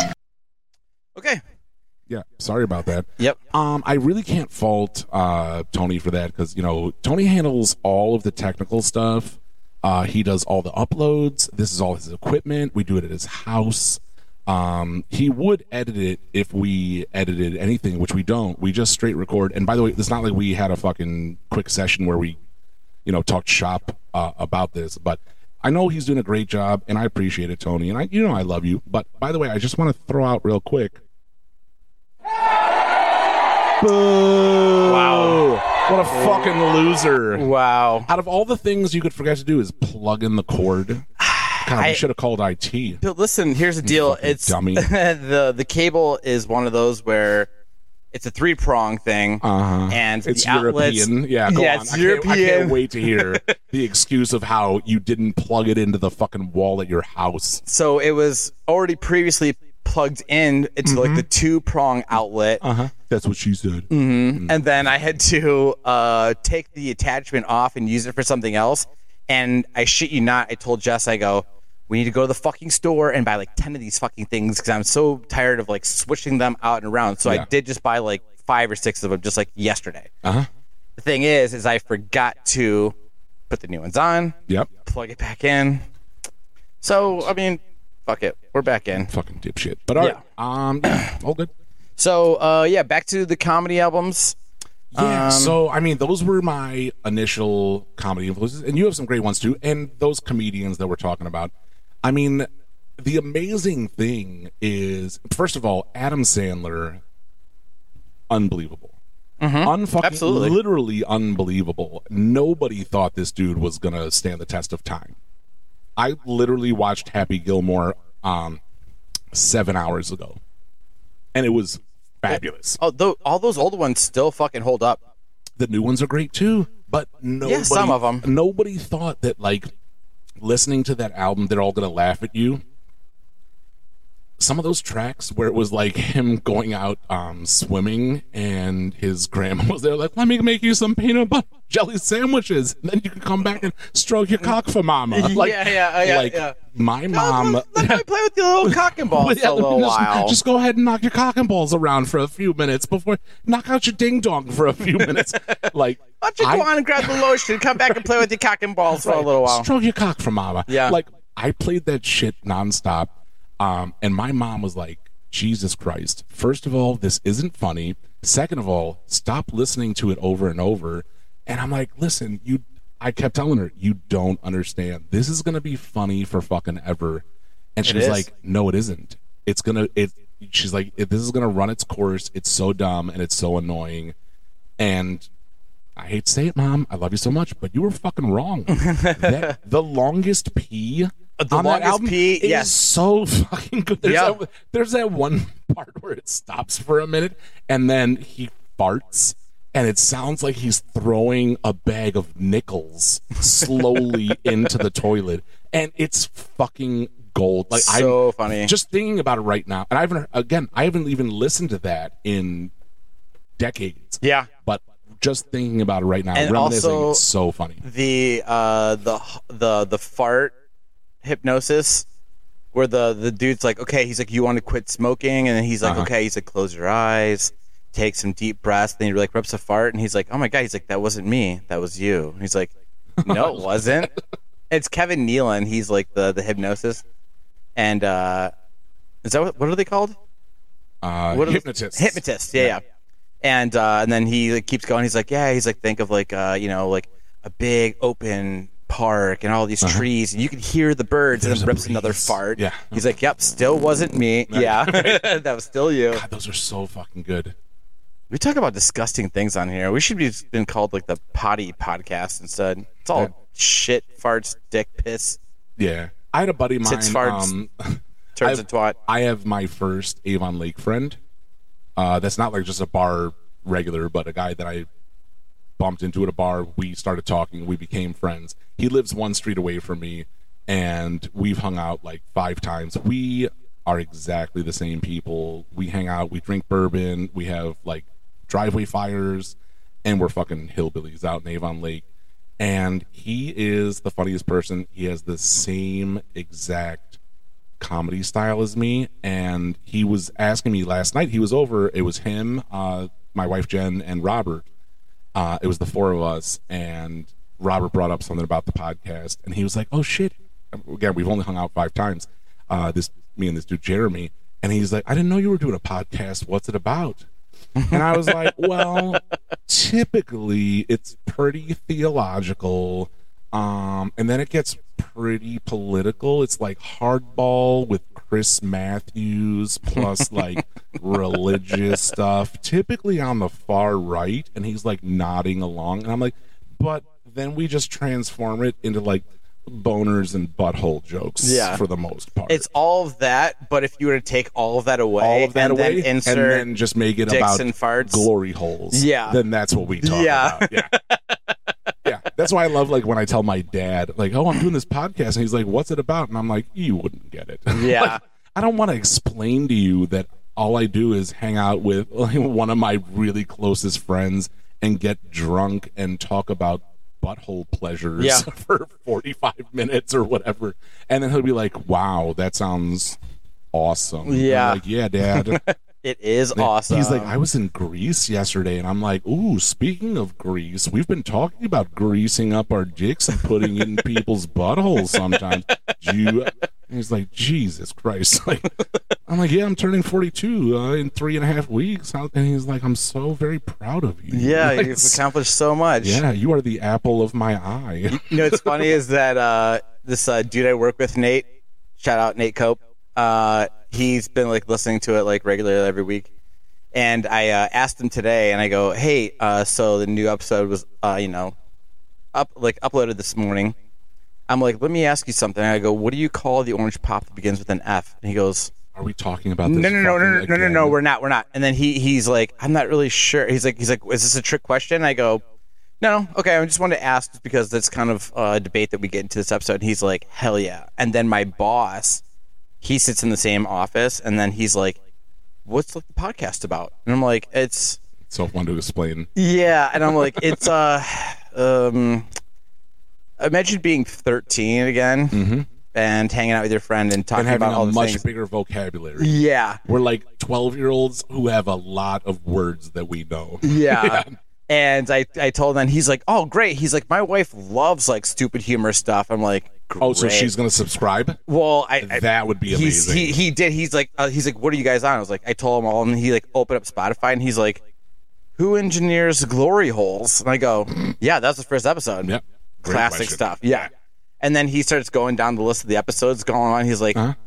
S1: Okay.
S2: yeah sorry about that
S1: Yep.
S2: Um, I really can't fault uh, Tony for that because you know Tony handles all of the technical stuff. Uh, he does all the uploads. This is all his equipment. We do it at his house. Um, he would edit it if we edited anything, which we don't. We just straight record. And by the way, it's not like we had a fucking quick session where we you know, talked shop uh, about this. But I know he's doing a great job, and I appreciate it, Tony. And I, you know, I love you. But by the way, I just want to throw out real quick. Boo! Wow! What a fucking loser!
S1: Wow.
S2: Out of all the things you could forget to do is plug in the cord. God,
S1: I-
S2: we should have called IT.
S1: But listen, here's the deal.
S2: fucking
S1: It's
S2: dummy.
S1: the the cable is one of those where it's a three prong thing,
S2: Uh-huh.
S1: and
S2: It's
S1: the outlets.
S2: European. Yeah, go
S1: Yeah,
S2: on.
S1: it's
S2: I can't- I can't
S1: European.
S2: wait to hear the excuse of how you didn't plug it into the fucking wall at your house.
S1: So it was already previously plugged in into like the two prong outlet,
S2: Mm-hmm. Uh-huh. That's what she said.
S1: Mm. and then I had to uh, take the attachment off and use it for something else. And I shit you not, I told Jess, I go, we need to go to the fucking store and buy like ten of these fucking things because I'm so tired of like switching them out and around. So
S2: Yeah.
S1: I did just buy like five or six of them just like yesterday.
S2: Uh-huh.
S1: The thing is, is I forgot to put the new ones on,
S2: Yep.
S1: plug it back in. So I mean, fuck it, we're back in.
S2: fucking dipshit. But all right, um, yeah, all good.
S1: So uh, yeah, back to the comedy albums.
S2: Yeah.
S1: Um,
S2: so I mean, those were my initial comedy influences, and you have some great ones too. And those comedians that we're talking about, I mean, the amazing thing is, first of all, Adam Sandler, unbelievable. Unfucking,
S1: Mm-hmm. Absolutely.
S2: literally unbelievable. Nobody thought this dude was gonna stand the test of time. I literally watched Happy Gilmore um, seven hours ago, and it was fabulous.
S1: Oh, tho- all those old ones still fucking hold up.
S2: the new ones are great too. But nobody,
S1: some of 'em.
S2: Nobody thought that like listening to that album, they're all gonna laugh at you. some of those tracks where it was like him going out um, swimming and his grandma was there like let me make you some peanut butter jelly sandwiches and then you can come back and stroke your cock for mama like,
S1: Yeah, yeah, oh, yeah,
S2: like
S1: yeah.
S2: my mom
S1: Um, let, let me play with your little cock and balls
S2: Well,
S1: for a little
S2: Um, yeah, just,
S1: while.
S2: just go ahead and knock your cock and balls around for a few minutes before knock out your ding dong for a few minutes like
S1: Why don't you
S2: I-
S1: go on and grab the lotion, come back and play with your cock and balls for a little while.
S2: Stroke your cock for mama.
S1: Yeah.
S2: Like I played that shit nonstop. Um, and my mom was like, Jesus Christ. First of all, this isn't funny. Second of all, stop listening to it over and over. And I'm like, listen, you I kept telling her, you don't understand. This is gonna be funny for fucking ever. And she
S1: It
S2: was
S1: is.
S2: like, No, it isn't. It's gonna it she's like, "It- this is gonna run its course. It's so dumb and it's so annoying. And I hate to say it, mom. I love you so much, but you were fucking wrong. that, the longest pee
S1: Uh, The
S2: on that
S1: longest
S2: album
S1: pee,
S2: is
S1: yes.
S2: so fucking good. There's,
S1: Yeah.
S2: that, there's that one part where it stops for a minute, and then he farts, and it sounds like he's throwing a bag of nickels slowly into the toilet, and it's fucking gold. Like
S1: So
S2: I'm
S1: funny.
S2: Just thinking about it right now, and I haven't again. I haven't even listened to that in decades.
S1: Yeah.
S2: But just thinking about it right now,
S1: And
S2: reminiscing,
S1: also-
S2: it's so funny.
S1: the uh the the the fart hypnosis where the the dude's like okay he's like you want to quit smoking and then he's like
S2: Uh-huh.
S1: okay he's like close your eyes take some deep breaths then he like rips a fart and he's like oh my god he's like that wasn't me that was you And he's like no it wasn't it's Kevin Nealon he's like the the hypnosis and uh is that what, what are they called
S2: Uh,
S1: what are the-
S2: hypnotists.
S1: hypnotist. Yeah, yeah. And uh, and then he like, keeps going. He's like, yeah. He's like, think of like uh, you know like a big open park and all these trees, and you can hear the birds. and
S2: Uh-huh. There's
S1: then
S2: a
S1: rips another
S2: breeze.
S1: fart.
S2: Yeah.
S1: He's like, yep, still wasn't me. Yeah, that was still you.
S2: God, those are so fucking good.
S1: We talk about disgusting things on here. We should be been called like the potty podcast instead. It's all
S2: Yeah.
S1: shit, farts, dick, piss,
S2: Yeah. I had a buddy of mine.
S1: Tits farts.
S2: Um,
S1: turns
S2: I've-
S1: of twat.
S2: I have my first Avon Lake friend. Uh, that's not like just a bar regular, but a guy that I bumped into at a bar. We started talking. We became friends. He lives one street away from me, and we've hung out like five times. We are exactly the same people. We hang out. We drink bourbon. We have like driveway fires, and we're fucking hillbillies out in Avon Lake. And he is the funniest person. He has the same exact comedy style as me and he was asking me last night he was over it was him uh, my wife jen and robert uh, it was the four of us and robert brought up something about the podcast and he was like oh shit again we've only hung out five times uh, this me and this dude jeremy and he's like i didn't know you were doing a podcast what's it about and I was like, well, typically it's pretty theological. Um, and then it gets pretty political. It's like hardball with Chris Matthews plus like religious stuff, typically on the far right. And he's like nodding along. And I'm like, but then we just transform it into like boners and butthole jokes
S1: Yeah.
S2: for the most part.
S1: It's all of that, but if you were to take all of that away,
S2: all of that
S1: and
S2: away
S1: then insert
S2: and then just make it
S1: dicks
S2: about
S1: and farts.
S2: glory holes.
S1: Yeah.
S2: Then that's what we talk
S1: Yeah.
S2: about. Yeah. yeah. That's why I love like when I tell my dad, like, oh, I'm doing this podcast. And he's like, what's it about? And I'm like, you wouldn't get it.
S1: Yeah.
S2: Like, I don't want to explain to you that all I do is hang out with like, one of my really closest friends and get drunk and talk about butthole pleasures
S1: Yeah.
S2: for 45 minutes or whatever. And then he'll be like, wow, that sounds awesome. And I'm
S1: Yeah.
S2: like, yeah, dad.
S1: it is awesome.
S2: He's like, I was in Greece yesterday, and I'm like, ooh, speaking of Greece, we've been talking about greasing up our dicks and putting it in people's buttholes sometimes. Do you? And he's like, Jesus Christ. Like, I'm like, yeah, I'm turning 42 uh, in three and a half weeks. How- And he's like, I'm so very proud of you.
S1: Yeah,
S2: Like,
S1: you've accomplished so much.
S2: yeah, you are the apple of my eye.
S1: You know, what's funny is that uh, this uh, dude I work with, Nate, shout out Nate Cope. Uh, he's been like listening to it like regularly every week, and I uh, asked him today, and I go, "Hey, uh, so the new episode was, uh, you know, up like uploaded this morning." I'm like, "Let me ask you something." I go, "What do you call the orange pop that begins with an F?" And he goes,
S2: Are we talking about this?
S1: no, no, no, no, no,
S2: fucking
S1: no, no, no,
S2: again?
S1: we're not, we're not. And then he he's like, I'm not really sure. He's like, he's like, is this a trick question? I go, no, okay. I just wanted to ask just because that's kind of uh, a debate that we get into this episode. And he's like, hell yeah. And then my boss, he sits in the same office, and then he's like, "What's the podcast about?" And I'm like, "It's
S2: So fun to explain.
S1: yeah," and I'm like, "It's uh, um, imagine being 13 again and hanging out with your friend and talking
S2: Mm-hmm. And having
S1: about all
S2: a
S1: the
S2: much
S1: things."
S2: bigger vocabulary.
S1: yeah,
S2: We're like 12 year olds who have a lot of words that we know.
S1: Yeah. And I, I told him, and he's like, oh, great. He's like, my wife loves like stupid humor stuff. I'm like, great.
S2: Oh, so she's going to subscribe?
S1: well, I, I
S2: That would be
S1: he's,
S2: amazing.
S1: he, he did. He's like, uh, he's like, what are you guys on? I was like, I told him all, and he like opened up Spotify, and he's like, who engineers glory holes? And I go, yeah, that's the first episode.
S2: Yep. Great
S1: Classic
S2: question.
S1: stuff. Yeah. And then he starts going down the list of the episodes going on. He's
S2: Uh-huh.
S1: like,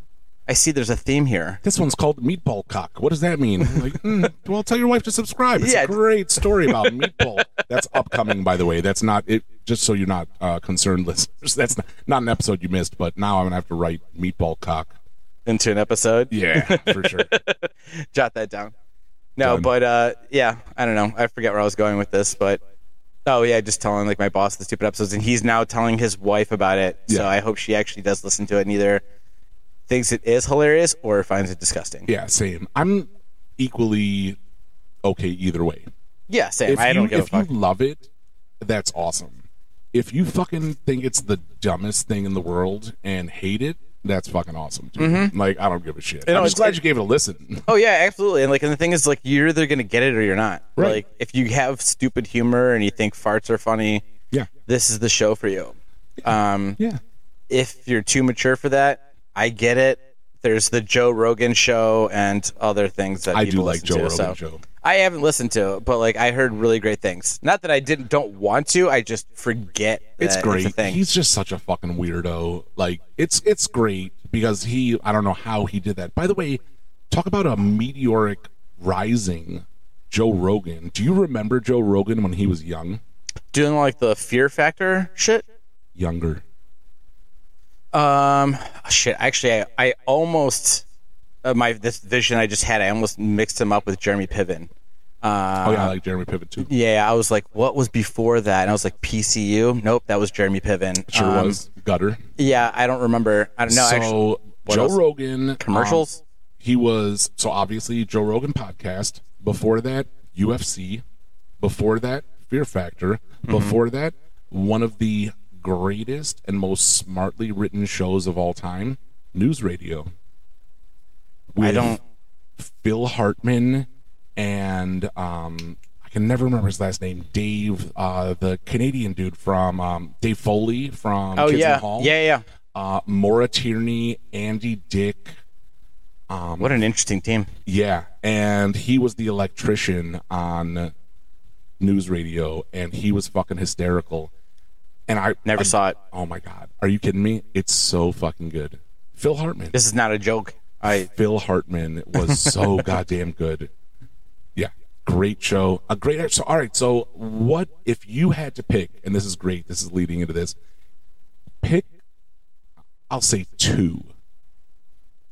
S1: I see there's a theme here.
S2: This one's called Meatball Cock. What does that mean? Like, mm, well, tell your wife to subscribe. It's
S1: Yeah.
S2: a great story about meatball. That's upcoming, by the way. That's not it. Just so you're not uh, concerned, listeners. That's not, not an episode you missed. But now I'm gonna have to write Meatball Cock.
S1: Into an episode.
S2: Yeah, for sure.
S1: jot that down. No,
S2: Done.
S1: but uh, yeah, I don't know. I forget where I was going with this, but oh yeah, just telling like my boss the stupid episodes, and he's now telling his wife about it. So
S2: Yeah.
S1: I hope she actually does listen to it and either thinks it is hilarious or finds it disgusting.
S2: Yeah, same. I'm equally okay either way.
S1: Yeah, same.
S2: If
S1: I don't
S2: you,
S1: give a
S2: if you
S1: fuck.
S2: love it, that's awesome. If you fucking think it's the dumbest thing in the world and hate it, that's fucking awesome. Too. Like I don't give a shit.
S1: Mm-hmm. know,
S2: I'm just
S1: it's-
S2: glad you gave it a listen.
S1: Oh yeah, absolutely. And like, and the thing is, like, you're either gonna get it or you're not.
S2: Right.
S1: Like, if you have stupid humor and you think farts are funny,
S2: Yeah.
S1: this is the show for you. Um,
S2: Yeah.
S1: if you're too mature for that, I get it. There's the Joe Rogan show and other things that
S2: I
S1: people
S2: do like
S1: listen
S2: Joe
S1: to,
S2: Rogan
S1: so.
S2: show.
S1: I haven't listened to it, but like I heard really great things. Not that I didn't don't want to, I just forget. That
S2: It's great.
S1: a thing.
S2: He's just such a fucking weirdo. Like it's it's great because he I don't know how he did that. By the way, talk about a meteoric rising. Joe Rogan. Do you remember Joe Rogan when he was young?
S1: doing like the Fear Factor shit.
S2: Younger.
S1: Um, shit. Actually, I, I almost uh, my this vision I just had. I almost mixed him up with Jeremy Piven.
S2: oh
S1: Uh,
S2: yeah, I like Jeremy Piven too.
S1: Yeah, I was like, what was before that? And I was like, PCU. Nope, that was Jeremy Piven.
S2: Sure
S1: Um,
S2: was. Gutter.
S1: Yeah, I don't remember. I don't know.
S2: so
S1: actually, what
S2: Joe
S1: else?
S2: Rogan um,
S1: Commercials?
S2: he was so obviously Joe Rogan podcast. Before that, UFC. Before that, Fear Factor.
S1: Mm-hmm.
S2: Before that, one of the greatest and most smartly written shows of all time, News Radio.
S1: I
S2: With
S1: don't.
S2: Phil Hartman and um, I can never remember his last name. Dave, uh, the Canadian dude from um, Dave Foley from
S1: Oh
S2: Kids in
S1: yeah,
S2: the Hall
S1: yeah, yeah.
S2: uh, Maura Tierney, Andy Dick. Um,
S1: What an interesting team.
S2: Yeah. And he was the electrician on news radio, and he was fucking hysterical. And I
S1: Never
S2: I-
S1: saw it.
S2: Oh my God. Are you kidding me? It's so fucking good. Phil Hartman.
S1: This is not a joke. I
S2: Phil Hartman was so goddamn good. Yeah. Great show. A great act- so all right, so what if you had to pick, and this is great, this is leading into this, pick I'll say two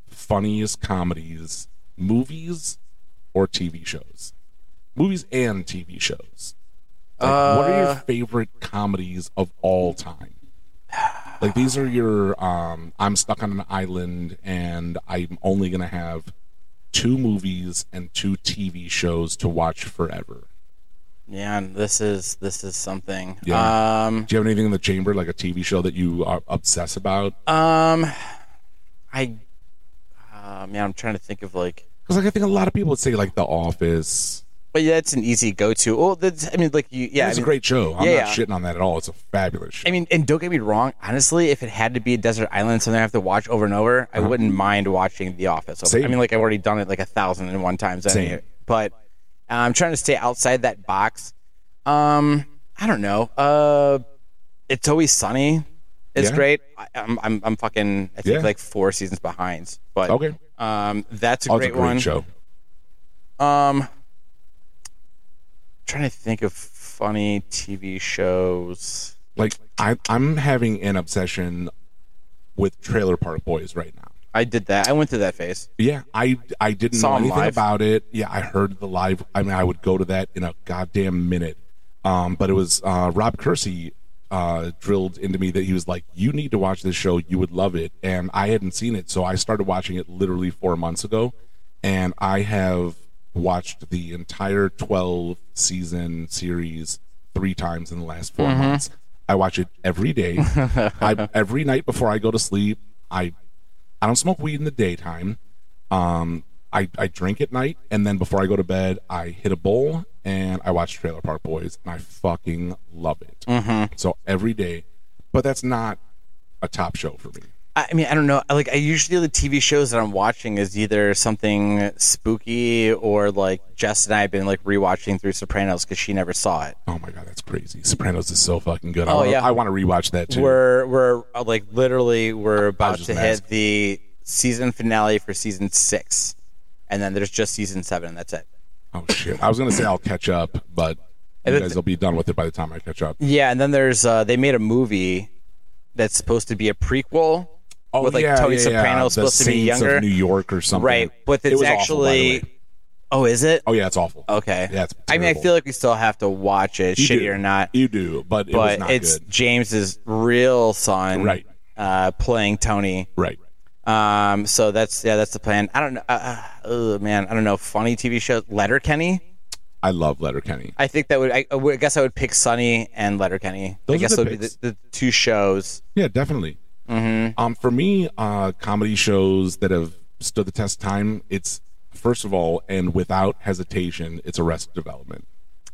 S2: funniest comedies, movies or TV shows. Movies and TV shows. Like, what are your favorite comedies of all time? Like these are your um I'm stuck on an island and I'm only going to have two movies and two TV shows to watch forever.
S1: man, this is this is something.
S2: Yeah.
S1: Um,
S2: Do you have anything in the chamber like a TV show that you are obsessed about?
S1: um, I, uh, man, I'm trying to think of like,
S2: Cuz like I think a lot of people would say like The Office.
S1: but yeah, it's an easy go-to. Oh, that's, I mean, like you, yeah, I
S2: it's
S1: mean,
S2: a great show. I'm
S1: yeah,
S2: not
S1: yeah.
S2: shitting on that at all. It's a fabulous show.
S1: I mean, and don't get me wrong. Honestly, if it had to be a desert island, something I have to watch over and over, I wouldn't mind watching The Office. Over.
S2: Uh-huh. Same.
S1: I mean, like I've already done it like a thousand and one times.
S2: Same.
S1: Anyway. But uh, I'm trying to stay outside that box. Um, I don't know. Uh, it's always sunny. It's
S2: Yeah.
S1: great. I, I'm, I'm I'm fucking I think
S2: Yeah.
S1: like four seasons behind. But
S2: Okay.
S1: um, that's a
S2: Oh, it's
S1: great,
S2: a great
S1: one.
S2: show.
S1: Um, trying to think of funny TV shows.
S2: Like I, I'm having an obsession with Trailer Park Boys right now.
S1: I did that. I went through that phase.
S2: Yeah, I I didn't
S1: Saw
S2: know
S1: 'em
S2: anything
S1: live.
S2: about it. Yeah, I heard the live. I mean, I would go to that in a goddamn minute. Um, but it was uh, Rob Kersey uh, drilled into me that he was like, "You need to watch this show. You would love it." And I hadn't seen it, so I started watching it literally four months ago, and I have watched the entire twelve season series three times in the last 4 months. I watch it every day. I, every night before I go to sleep, I I don't smoke weed in the daytime. Um, I, I drink at night, and then before I go to bed, I hit a bowl and I watch Trailer Park Boys, and I fucking love it.
S1: Mm-hmm.
S2: So every day, but that's not a top show for me.
S1: I I mean, I don't know. Like, I usually the TV shows that I'm watching is either something spooky or like Jess and I have been like rewatching through Sopranos because she never saw it.
S2: Oh my god, that's crazy! Sopranos is so fucking good. I
S1: Oh,
S2: wanna,
S1: yeah.
S2: I want to rewatch that too.
S1: We're we're uh, like literally we're about
S2: just
S1: to
S2: asking.
S1: hit the season finale for season six, and then there's just season seven, and that's it.
S2: oh shit! I was gonna say I'll catch up, but you
S1: And
S2: guys
S1: it-
S2: will be done with it by the time I catch up.
S1: Yeah, and then there's uh, they made a movie that's supposed to be a prequel
S2: Oh,
S1: with like
S2: yeah,
S1: Tony
S2: yeah,
S1: Soprano
S2: yeah.
S1: supposed
S2: the
S1: to be
S2: Saints
S1: younger,
S2: of New York or something,
S1: right? But
S2: It
S1: it's
S2: was awful, by the
S1: actually
S2: way.
S1: oh, is it?
S2: oh yeah, it's awful.
S1: Okay.
S2: yeah, it's
S1: I mean, I
S2: terrible.
S1: feel like we still have to watch it,
S2: You
S1: shitty
S2: do.
S1: or not.
S2: you do, but, it was
S1: but
S2: not
S1: it's
S2: good.
S1: James's real son,
S2: Right.
S1: Uh, playing Tony.
S2: Right.
S1: Um, so that's yeah, that's the plan. I don't know. Uh, oh man, I don't know. Funny TV shows, Letterkenny.
S2: I love Letterkenny.
S1: I think that would. I, I would- I guess I would pick Sunny and Letterkenny.
S2: Those
S1: I
S2: are
S1: guess
S2: the
S1: would be
S2: picks.
S1: the, the two shows.
S2: Yeah, definitely.
S1: Mm-hmm.
S2: Um, for me, uh, comedy shows that have stood the test of time, it's first of all, and without hesitation, it's Arrested Development.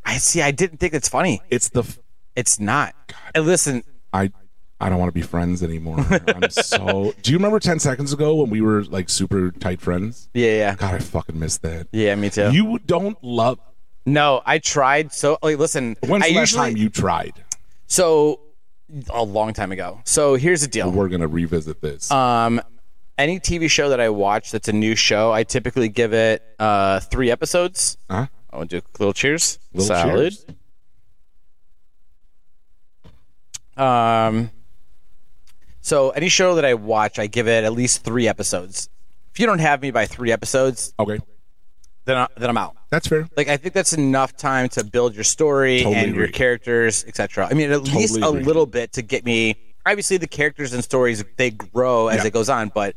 S1: I see. I didn't think it's funny.
S2: It's the f-
S1: It's not. And listen,
S2: I I don't want to be friends anymore. I'm so. Do you remember ten seconds ago when we were like super tight friends?
S1: yeah, yeah,
S2: God, I fucking miss that.
S1: yeah. Me too.
S2: You don't love.
S1: no, I tried. So like, listen.
S2: When's
S1: I
S2: the last
S1: usually,
S2: time you tried?
S1: So a long time ago. So here's the deal.
S2: We're gonna revisit this.
S1: Um, any TV show that I watch that's a new show, I typically give it uh, three episodes.
S2: huh?
S1: I want to do a little cheers.
S2: Little
S1: Salad.
S2: cheers.
S1: Um, so any show that I watch, I give it at least three episodes. If you don't have me by three episodes,
S2: Okay,
S1: then I, then I'm out.
S2: that's fair.
S1: Like I think that's enough time to build your story
S2: Totally
S1: and your
S2: agree.
S1: characters, etc. I mean, at least a
S2: agree.
S1: little bit to get me. Obviously, the characters and stories they grow as
S2: Yeah.
S1: it goes on, but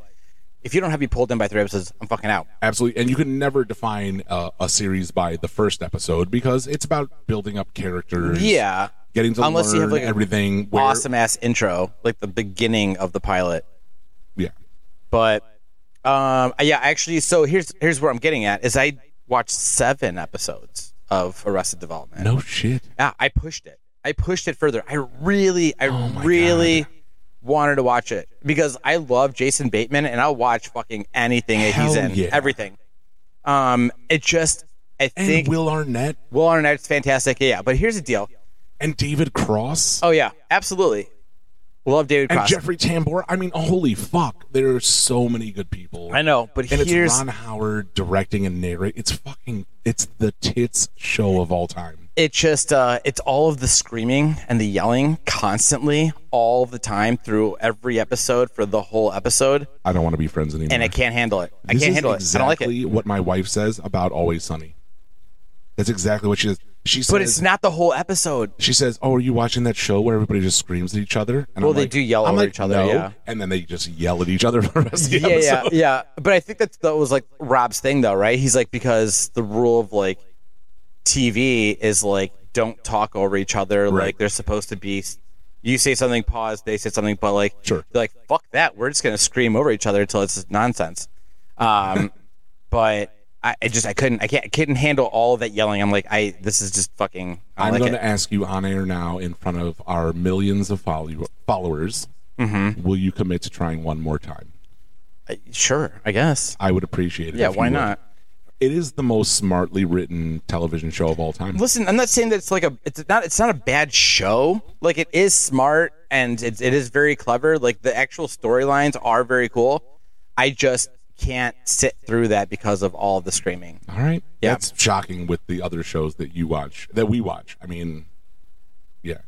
S1: if you don't have me pulled in by three episodes, I'm fucking out.
S2: Absolutely, and you can never define uh, a series by the first episode because it's about building up characters.
S1: Yeah,
S2: getting to
S1: Unless
S2: learn
S1: you have, like, a
S2: everything. where-
S1: awesome ass intro, like the beginning of the pilot.
S2: Yeah,
S1: But um, yeah, actually, so here's here's where I'm getting at is I watched seven episodes of Arrested Development.
S2: no shit.
S1: Yeah, I pushed it. I pushed it further. I really, I
S2: Oh
S1: really wanted to watch it because I love Jason Bateman and I'll watch fucking anything that he's
S2: Hell
S1: in.
S2: yeah.
S1: Everything. Um, it just, I
S2: And
S1: think Will,
S2: Will Arnett
S1: Will Arnett's fantastic. Yeah, but here's the deal.
S2: and David Cross
S1: Oh yeah, absolutely. Love David
S2: and
S1: Cross.
S2: Jeffrey Tambor. I mean, holy fuck, there are so many good people.
S1: I know, but
S2: And it's
S1: here's
S2: Ron Howard directing and narrating. It's fucking. It's the tits show of all time.
S1: it just uh it's all of the screaming and the yelling constantly all the time through every episode for the whole episode
S2: I don't want to be friends anymore.
S1: and I can't handle it. I
S2: This
S1: can't
S2: is
S1: handle it. I don't like
S2: exactly
S1: it.
S2: what my wife says about Always Sunny. That's exactly what she says. She says,
S1: But it's not the whole episode.
S2: She says, "Oh, are you watching that show where everybody just screams at each other?" And
S1: Well,
S2: I'm
S1: they
S2: like-
S1: do yell
S2: I'm
S1: over
S2: like,
S1: each other,
S2: "No,"
S1: yeah.
S2: and then they just yell at each other for the rest of the
S1: yeah, yeah,
S2: episode.
S1: yeah. But I think that's, that was like Rob's thing, though, right? He's like because the rule of like TV is like don't talk over each other. Like they're supposed to be. You say something, pause. They say something, but like,
S2: Sure.
S1: they're like fuck that. We're just gonna scream over each other until it's just nonsense. Um, but I, I just I couldn't I can't I couldn't handle all of that yelling. I'm like I this is just fucking. I don't
S2: I'm
S1: like
S2: going
S1: it.
S2: to ask you on air now, in front of our millions of follow- followers,
S1: Mm-hmm.
S2: will you commit to trying one more time?
S1: sure, I guess.
S2: I would appreciate it.
S1: Yeah,
S2: if you
S1: why
S2: would.
S1: not?
S2: It is the most smartly written television show of all time.
S1: Listen, I'm not saying that it's like a it's not it's not a bad show. Like it is smart and it, it is very clever. Like the actual storylines are very cool. I just can't sit through that because of all the screaming.
S2: all right,
S1: Yeah.
S2: that's shocking with the other shows that you watch that we watch. I mean, yeah,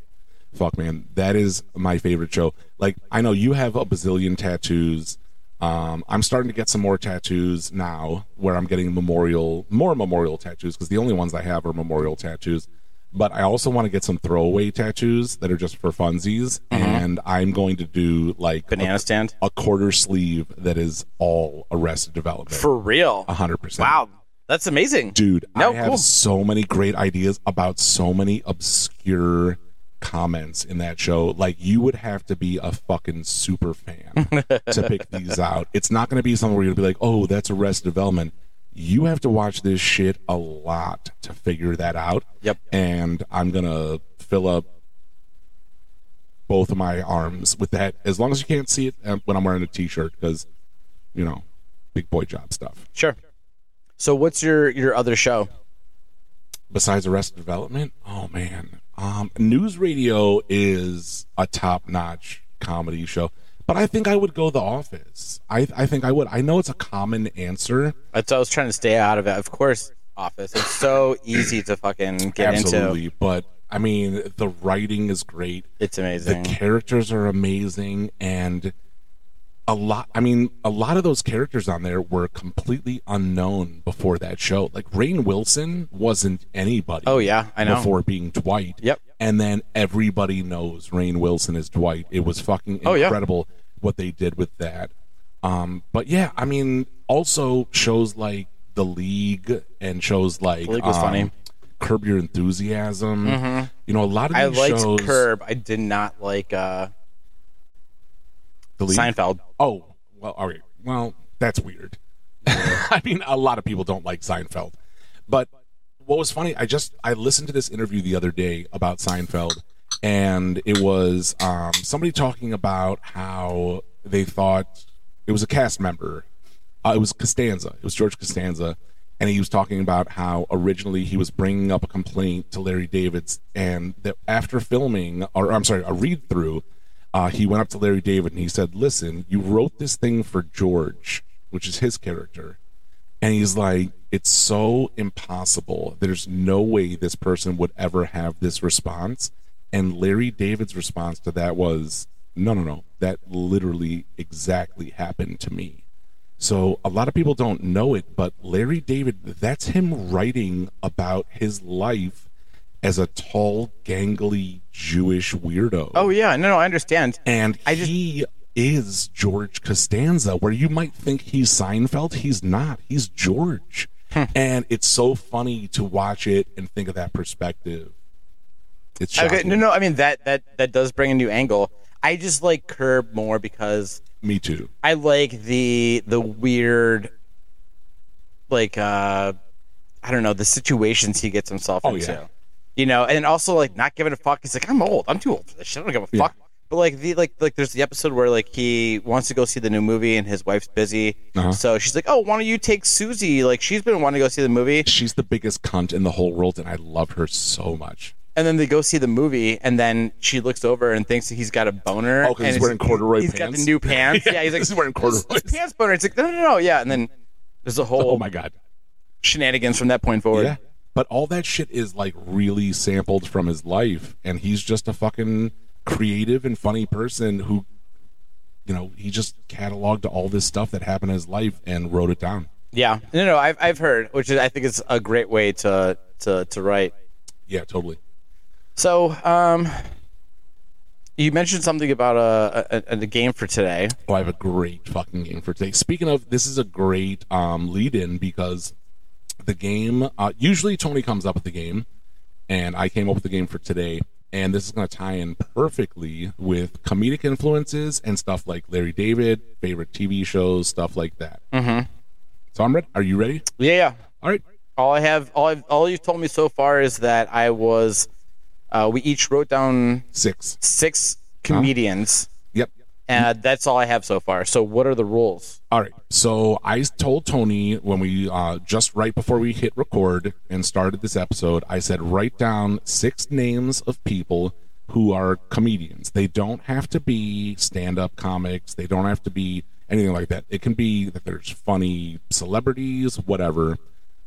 S2: fuck, man, that is my favorite show. Like, I know you have a bazillion tattoos. Um, I'm starting to get some more tattoos now, where I'm getting memorial, more memorial tattoos because the only ones I have are memorial tattoos. But I also want to get some throwaway tattoos that are just for funsies, and I'm going to do like
S1: Mm-hmm. Banana
S2: a,
S1: stand
S2: a quarter sleeve that is all Arrested Development,
S1: for real.
S2: hundred percent.
S1: Wow, that's amazing,
S2: Uh-huh. dude
S1: No,
S2: i have
S1: cool.
S2: so many great ideas about so many obscure comments in that show like you would have to be a fucking super fan to pick these out it's not going to be something where you're going to be like oh that's arrested development you have to watch this shit a lot to figure that out
S1: Yep.
S2: and i'm going to fill up both of my arms with that as long as you can't see it uh, when i'm wearing a t-shirt because you know big boy job stuff
S1: Sure. So what's your your other show?
S2: besides Arrested Development? Oh man, um, News Radio is a top-notch comedy show, but I think I would go The Office. I I think I would. I know it's a common answer,
S1: That's I was trying to stay out of it. Of course, Office. It's so easy to fucking get
S2: absolutely,
S1: into.
S2: but I mean the writing is great.
S1: It's
S2: The
S1: amazing.
S2: characters are amazing, and a lot. I mean, a lot of those characters on there were completely unknown before that show. Like Rain Wilson wasn't anybody.
S1: oh yeah, I know.
S2: before being Dwight.
S1: Yep.
S2: And then everybody knows Rain Wilson is Dwight. It was fucking
S1: Oh, yeah.
S2: incredible what they did with that. Um, but yeah, I mean, also shows like The League and shows like
S1: The League was
S2: um,
S1: funny. Mm-hmm.
S2: Curb Your Enthusiasm. You know, a lot of these
S1: I liked
S2: shows.
S1: Curb. I did not like uh,
S2: the League.
S1: Seinfeld.
S2: Oh, well, all right. Well, that's weird. I mean, a lot of people don't like Seinfeld. But what was funny, I just I listened to this interview the other day about Seinfeld, and it was um, somebody talking about how they thought it was a cast member. Uh, it was Costanza. It was George Costanza, and he was talking about how originally he was bringing up a complaint to Larry David's, and that after filming, or I'm sorry, a read through, uh, he went up to Larry David and he said, "Listen, you wrote this thing for George, which is his character." And he's like, it's so impossible. There's no way this person would ever have this response. And Larry David's response to that was, no, no, no. That literally exactly happened to me. So a lot of people don't know it, but Larry David, that's him writing about his life as a tall, gangly Jewish weirdo.
S1: Oh yeah, no, no, I understand.
S2: And
S1: I just-
S2: he is George Costanza, where you might think he's Seinfeld. He's not. He's George.
S1: Hmm.
S2: and it's so funny to watch it and think of that perspective. It's shocking.
S1: Okay, no, no, I mean that that that does bring a new angle. I just like Curb more because
S2: Me too.
S1: I like the the weird, like uh, I don't know, the situations he gets himself
S2: Oh,
S1: into.
S2: yeah.
S1: You know, and also like not giving a fuck. He's like, I'm old. I'm too old for this shit. I don't give a
S2: Yeah.
S1: fuck. But like the like like there's the episode where like he wants to go see the new movie and his wife's busy,
S2: Uh-huh.
S1: so she's like, oh, why don't you take Susie? Like she's been wanting to go see the movie.
S2: She's the biggest cunt in the whole world, and I love her so much.
S1: and then they go see the movie, and then she looks over and thinks that he's got a boner.
S2: Oh, 'cause
S1: and
S2: he's
S1: it's-
S2: wearing corduroy
S1: He's got the
S2: pants?
S1: new pants. yeah, he's like
S2: He's wearing corduroys.
S1: "This is Pants boner. It's like no, no, no, yeah. And then there's a whole
S2: Oh my god.
S1: shenanigans from that point forward.
S2: Yeah. But all that shit is like really sampled from his life, and he's just a fucking creative and funny person who, you know, he just cataloged all this stuff that happened in his life and wrote it down.
S1: Yeah. no, no, I've I've heard, which is, I think is a great way to to to write.
S2: Yeah, totally.
S1: So, um, you mentioned something about uh, a a, a game for today.
S2: Oh, I have a great fucking game for today. Speaking of, this is a great um, lead in because the game, uh, usually Tony comes up with the game, and I came up with the game for today. And this is going to tie in perfectly with comedic influences and stuff like Larry David, favorite TV shows, stuff like that. Mm-hmm. So I'm ready. Are you ready?
S1: Yeah, yeah.
S2: All right.
S1: All I have, all I've, all you've told me so far is that I was, uh, we each wrote down
S2: Six.
S1: six comedians.
S2: Yep.
S1: And that's all I have so far. So what are the rules?
S2: All right. So I told Tony when we uh, just right before we hit record and started this episode, I said write down six names of people who are comedians. They don't have to be stand-up comics. They don't have to be anything like that. It can be that there's funny celebrities, whatever.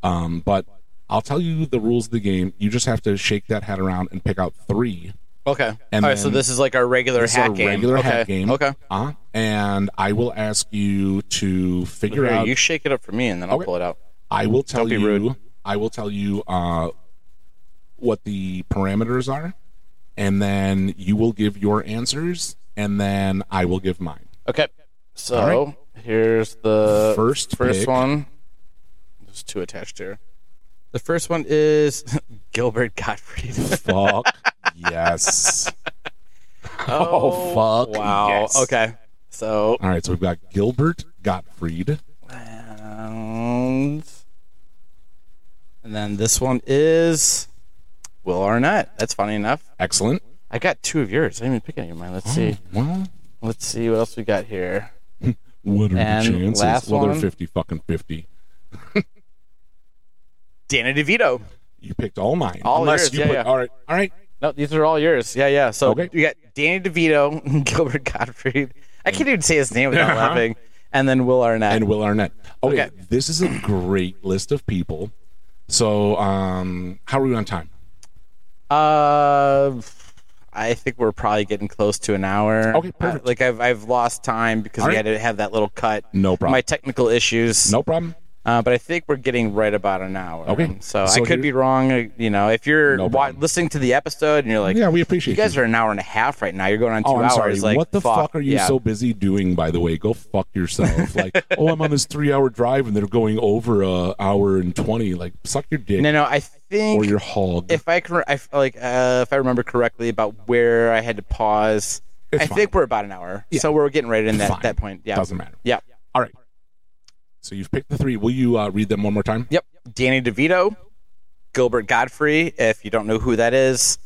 S2: Um, but I'll tell you the rules of the game. You just have to shake that hat around and pick out three
S1: Okay.
S2: And
S1: all right. So
S2: then-
S1: this is like our regular
S2: this is our
S1: hack game.
S2: regular
S1: okay.
S2: hat game.
S1: Okay.
S2: Uh, and I will ask you to figure
S1: Here,
S2: out.
S1: you shake it up for me, and then I'll
S2: uh, Okay.
S1: pull it out.
S2: I will tell
S1: Don't be
S2: you.
S1: rude.
S2: I will tell you uh, what the parameters are, and then you will give your answers, and then I will give mine.
S1: Okay. So here's the
S2: First
S1: first
S2: pick.
S1: one. There's two attached here. The first one is Gilbert Gottfried.
S2: Fuck yes.
S1: Oh,
S2: fuck
S1: Wow.
S2: yes.
S1: Okay. So
S2: All right, so we've got Gilbert Gottfried.
S1: and, and then this one is Will Arnett. That's funny enough.
S2: Excellent.
S1: I got two of yours. I didn't even pick any of mine. Let's see.
S2: Well,
S1: Let's see what else we got here.
S2: what are
S1: And
S2: the chances?
S1: last
S2: well, they're
S1: one.
S2: fifty fucking fifty.
S1: Danny DeVito.
S2: You picked all mine.
S1: All yours,
S2: Unless you
S1: yeah,
S2: put,
S1: yeah.
S2: all right, all right.
S1: No, these are all yours. Yeah, yeah. So
S2: Okay.
S1: you got Danny DeVito, and Gilbert Gottfried. I can't even say his name without
S2: Uh-huh.
S1: laughing. And then Will Arnett.
S2: and Will Arnett. Okay,
S1: Okay.
S2: this is a great list of people. So, um, how are we on time?
S1: uh, I think we're probably getting close to an hour.
S2: Okay, perfect.
S1: Uh, like I've I've lost time because
S2: All
S1: we
S2: right.
S1: had to have that little cut.
S2: No problem.
S1: My technical issues.
S2: No problem.
S1: Uh, but I think we're getting right about an hour.
S2: Okay.
S1: So,
S2: So
S1: I could
S2: here's-
S1: be wrong. uh, You know, if you're
S2: No
S1: wa-
S2: problem.
S1: listening to the episode and you're like,
S2: Yeah, we appreciate
S1: you guys
S2: you.
S1: are an hour and a half right now. You're going on two
S2: Oh, I'm
S1: hours.
S2: sorry.
S1: Like,
S2: what the fuck, are you
S1: yeah.
S2: so busy doing? By the way, go fuck yourself. like, oh, I'm on this three-hour drive and they're going over a hour and twenty. Like, suck your dick
S1: No, no. I
S2: or
S1: think
S2: your hog.
S1: if I can, I f- like uh, if I remember correctly about where I had to pause.
S2: It's
S1: I
S2: fine.
S1: think we're about an hour,
S2: Yeah.
S1: so we're getting right in that
S2: Fine.
S1: that point. Yeah.
S2: Doesn't matter.
S1: Yeah.
S2: All right. So you've picked the three. Will you uh, read them one more time?
S1: Yep. Danny DeVito, Gilbert Godfrey. If you don't know who that is,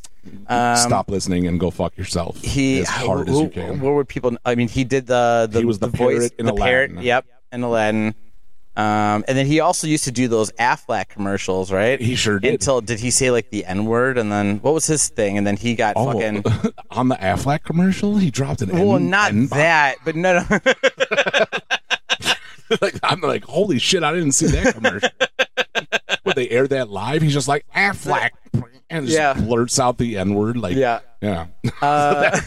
S1: um,
S2: Stop listening and go fuck yourself.
S1: He
S2: as hard as
S1: who-
S2: you can.
S1: What would people? I mean, he did the the,
S2: He was the
S1: voice,
S2: parrot in
S1: the
S2: Aladdin.
S1: parrot. Yep, in Aladdin. Um, and then he also used to do those Aflac commercials, right?
S2: He sure did.
S1: Until did he say like the N word? And then what was his thing? And then he got
S2: Oh,
S1: fucking.
S2: on the Affleck commercial, he dropped an.
S1: Well,
S2: N-
S1: not
S2: N-bomb.
S1: that, but no, no.
S2: like I'm like, holy shit, I didn't see that commercial. Would they air that live? He's just like Affleck, and just
S1: Yeah.
S2: blurts out the N word. Like,
S1: yeah.
S2: yeah.
S1: Uh,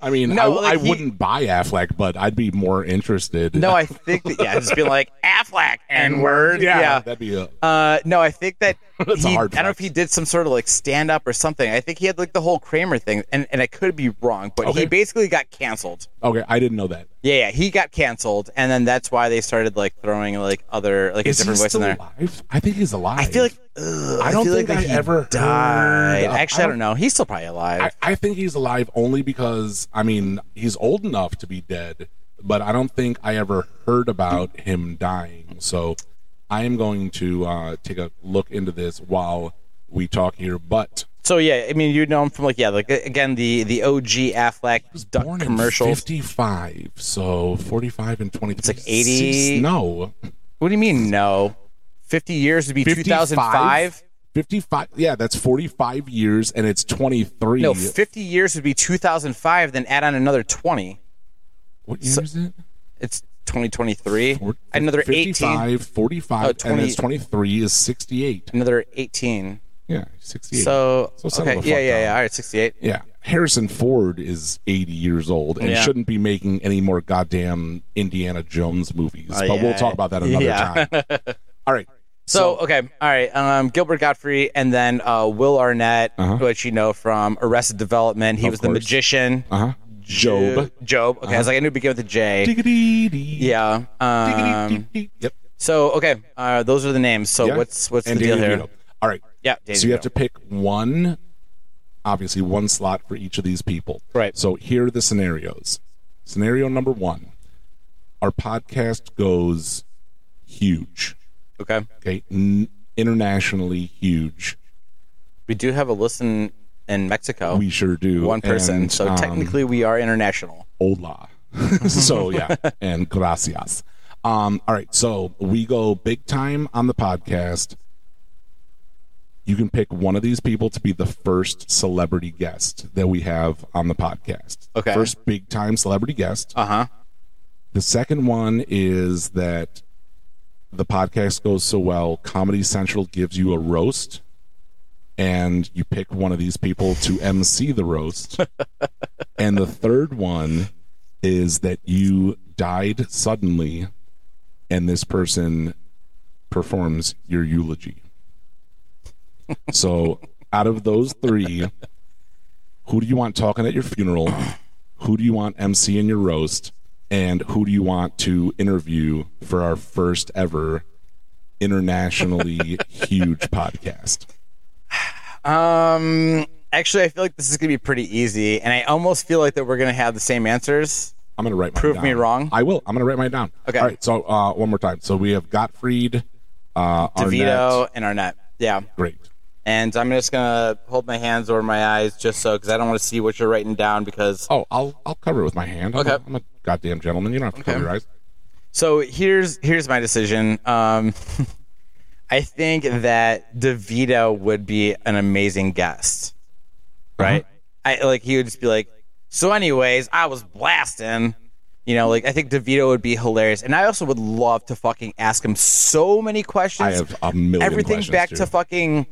S2: I mean,
S1: No,
S2: I,
S1: like
S2: I
S1: he-
S2: wouldn't buy Affleck, but I'd be more interested.
S1: no, I think that, yeah, just being like Affleck N word.
S2: yeah,
S1: yeah.
S2: that'd be a.
S1: Uh, no, I think that
S2: That's a
S1: he,
S2: hard
S1: I don't know
S2: fact.
S1: if he did some sort of like stand up or something. I think he had like the whole Kramer thing, and, and I could be wrong, but
S2: Okay.
S1: he basically got canceled.
S2: Okay, I didn't know that.
S1: Yeah, yeah, he got canceled, and then that's why they started like throwing like other like
S2: Is
S1: a different
S2: he
S1: voice in
S2: still
S1: there.
S2: alive? I think he's alive.
S1: I feel like ugh,
S2: I don't
S1: feel
S2: think
S1: like that
S2: I
S1: he
S2: ever heard
S1: died.
S2: of-
S1: Actually,
S2: I
S1: I don't
S2: don't-
S1: know. He's still probably alive.
S2: I, I think he's alive only because I mean he's old enough to be dead, but I don't think I ever heard about him dying. So I am going to uh, take a look into this while we talk here. But
S1: so yeah, I mean, you know him from like yeah, like again the the OG Affleck duck
S2: born in
S1: commercials.
S2: fifty-five, so forty-five and twenty. It's
S1: like 80
S2: No,
S1: What do you mean no? Fifty years would be two thousand five.
S2: 55 yeah that's 45 years and it's 23
S1: No, 50 years would be 2005, then add on another 20.
S2: what year is it
S1: It's 2023.
S2: Four-
S1: another 18.
S2: 55 45
S1: Oh,
S2: and
S1: 20
S2: it's 23 is 68
S1: Another 18.
S2: Yeah, 68.
S1: So,
S2: So son
S1: okay.
S2: of a
S1: Yeah,
S2: fuck
S1: yeah,
S2: dog.
S1: yeah. All right, 68.
S2: yeah, Harrison Ford is 80 years old and
S1: Yeah.
S2: shouldn't be making any more goddamn Indiana Jones movies.
S1: Oh,
S2: but we'll
S1: yeah.
S2: talk about that another
S1: Yeah.
S2: time. All right.
S1: So, okay. All right. Um, Gilbert Godfrey and then uh, Will Arnett,
S2: Uh-huh.
S1: which you know from Arrested Development. He
S2: Of
S1: was the
S2: course.
S1: magician.
S2: Uh huh. Job. Uh-huh.
S1: Job. Okay. I was like, I knew it began with a J.
S2: Diggity.
S1: Yeah. Um,
S2: Yep.
S1: so, okay. Uh, those are the names. So,
S2: Yeah.
S1: what's what's
S2: And
S1: the deal
S2: Danny
S1: here?
S2: DeVito. All right.
S1: Yeah.
S2: So you have to pick one, obviously one slot for each of these people.
S1: Right.
S2: So here are the scenarios. Scenario number one: Our podcast goes huge.
S1: Okay.
S2: okay, n- internationally huge.
S1: We do have a listen in Mexico.
S2: We sure do.
S1: one person.
S2: And,
S1: so
S2: um,
S1: technically, we are international.
S2: hola. so yeah, and gracias. Um, all right, so we go big time on the podcast. You can pick one of these people to be the first celebrity guest that we have on the podcast.
S1: Okay.
S2: First big time celebrity guest.
S1: Uh huh.
S2: The second one is that the podcast goes so well, Comedy Central gives you a roast, and you pick one of these people to MC the roast. and the third one is that you died suddenly, and this person performs your eulogy. So out of those three, who do you want talking at your funeral? Who do you want MC in your roast? And who do you want to interview for our first ever internationally huge podcast?
S1: Um, actually, I feel like this is gonna be pretty easy, and I almost feel like that we're gonna have the same answers.
S2: I'm gonna write. Mine
S1: Prove
S2: down.
S1: me wrong.
S2: I will. I'm gonna write mine down.
S1: Okay.
S2: All right. So uh, one more time. So we have Gottfried, uh,
S1: DeVito
S2: Arnett.
S1: and Arnett. Yeah.
S2: Great.
S1: And I'm just gonna hold my hands over my eyes just so, because I don't want to see what you're writing down. Because
S2: Oh, I'll I'll cover it with my hand. I'm
S1: Okay.
S2: A, I'm a goddamn gentleman. You don't have to cover
S1: Okay.
S2: your eyes.
S1: so here's here's my decision. Um, I think that DeVito would be an amazing guest, right? I like he would just be like, so anyways, I was blasting. You know, like I think DeVito would be hilarious, and I also would love to fucking ask him so many questions.
S2: I have a million
S1: everything
S2: questions,
S1: back
S2: dude.
S1: to fucking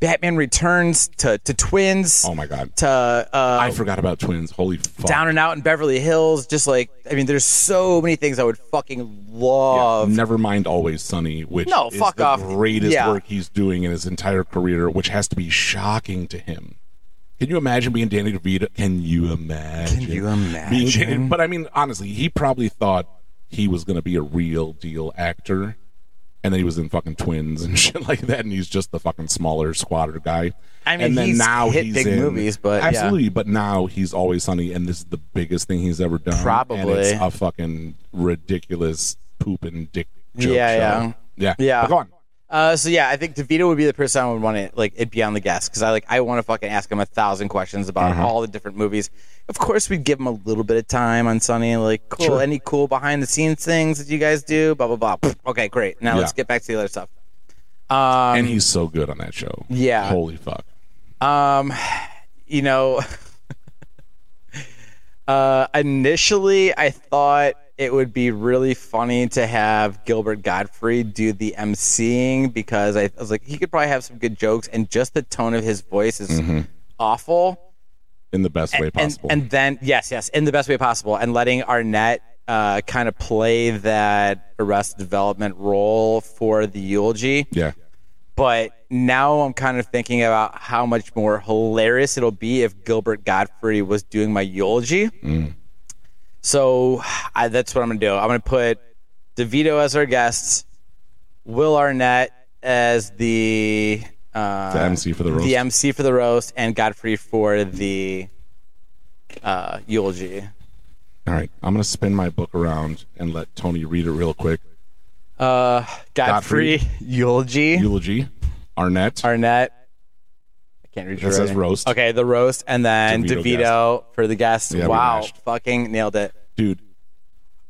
S1: Batman Returns to to Twins
S2: Oh my god.
S1: to uh,
S2: I forgot about twins. Holy fuck.
S1: Down and Out in Beverly Hills. Just like I mean, there's so many things I would fucking love.
S2: Never mind always sunny, which
S1: No,
S2: is
S1: fuck
S2: the
S1: off.
S2: greatest
S1: Yeah.
S2: work he's doing in his entire career, which has to be shocking to him. Can you imagine being Danny DeVito? Can you imagine?
S1: Can you
S2: Being
S1: imagine?
S2: Danny, but I mean, honestly, he probably thought he was going to be a real deal actor, and then he was in fucking Twins and shit like that, and he's just the fucking smaller, squatter guy.
S1: I mean,
S2: and then
S1: he's
S2: now
S1: hit
S2: he's
S1: big
S2: in,
S1: movies, but yeah.
S2: absolutely. But now he's always sunny, and this is the biggest thing he's ever done. and
S1: Probably.
S2: it's a fucking ridiculous poop and dick joke.
S1: Yeah,
S2: show. yeah,
S1: Yeah.
S2: But Go on.
S1: Uh, so yeah, I think DeVito would be the person I would want to like. It'd be on the guest because I like I want to fucking ask him a thousand questions about all the different movies. Of course, we'd give him a little bit of time on Sunny. Like, cool. Any cool behind the scenes things that you guys do? Blah blah blah. Pfft, okay, great. Now let's
S2: Yeah.
S1: get back to the other stuff. Um,
S2: And he's so good on that show.
S1: Yeah.
S2: Holy fuck.
S1: Um, you know, uh, initially I thought it would be really funny to have Gilbert Godfrey do the emceeing because I, I was like, he could probably have some good jokes, and just the tone of his voice is awful.
S2: In the best Mm-hmm. way
S1: And,
S2: possible.
S1: and then yes, yes, in the best way possible, and letting Arnett uh, kind of play that Arrested Development role for the eulogy
S2: yeah.
S1: but now I'm kind of thinking about how much more hilarious it'll be if Gilbert Godfrey was doing my eulogy.
S2: Mm.
S1: So I, that's what I'm gonna do. I'm gonna put DeVito as our guest, Will Arnett as the uh,
S2: The MC for the roast.
S1: the MC for the roast, and Godfrey for the uh, eulogy.
S2: All right. I'm going to spin my book around and let Tony read it real quick.
S1: Uh, Godfrey,
S2: Godfrey.
S1: eulogy,
S2: Eulogy, Arnett.
S1: Arnett. I can't read your
S2: That says
S1: writing.
S2: roast.
S1: Okay, the roast, and then
S2: DeVito
S1: DeVito, for the guest.
S2: Yeah, we
S1: wow,
S2: matched.
S1: fucking nailed it.
S2: Dude,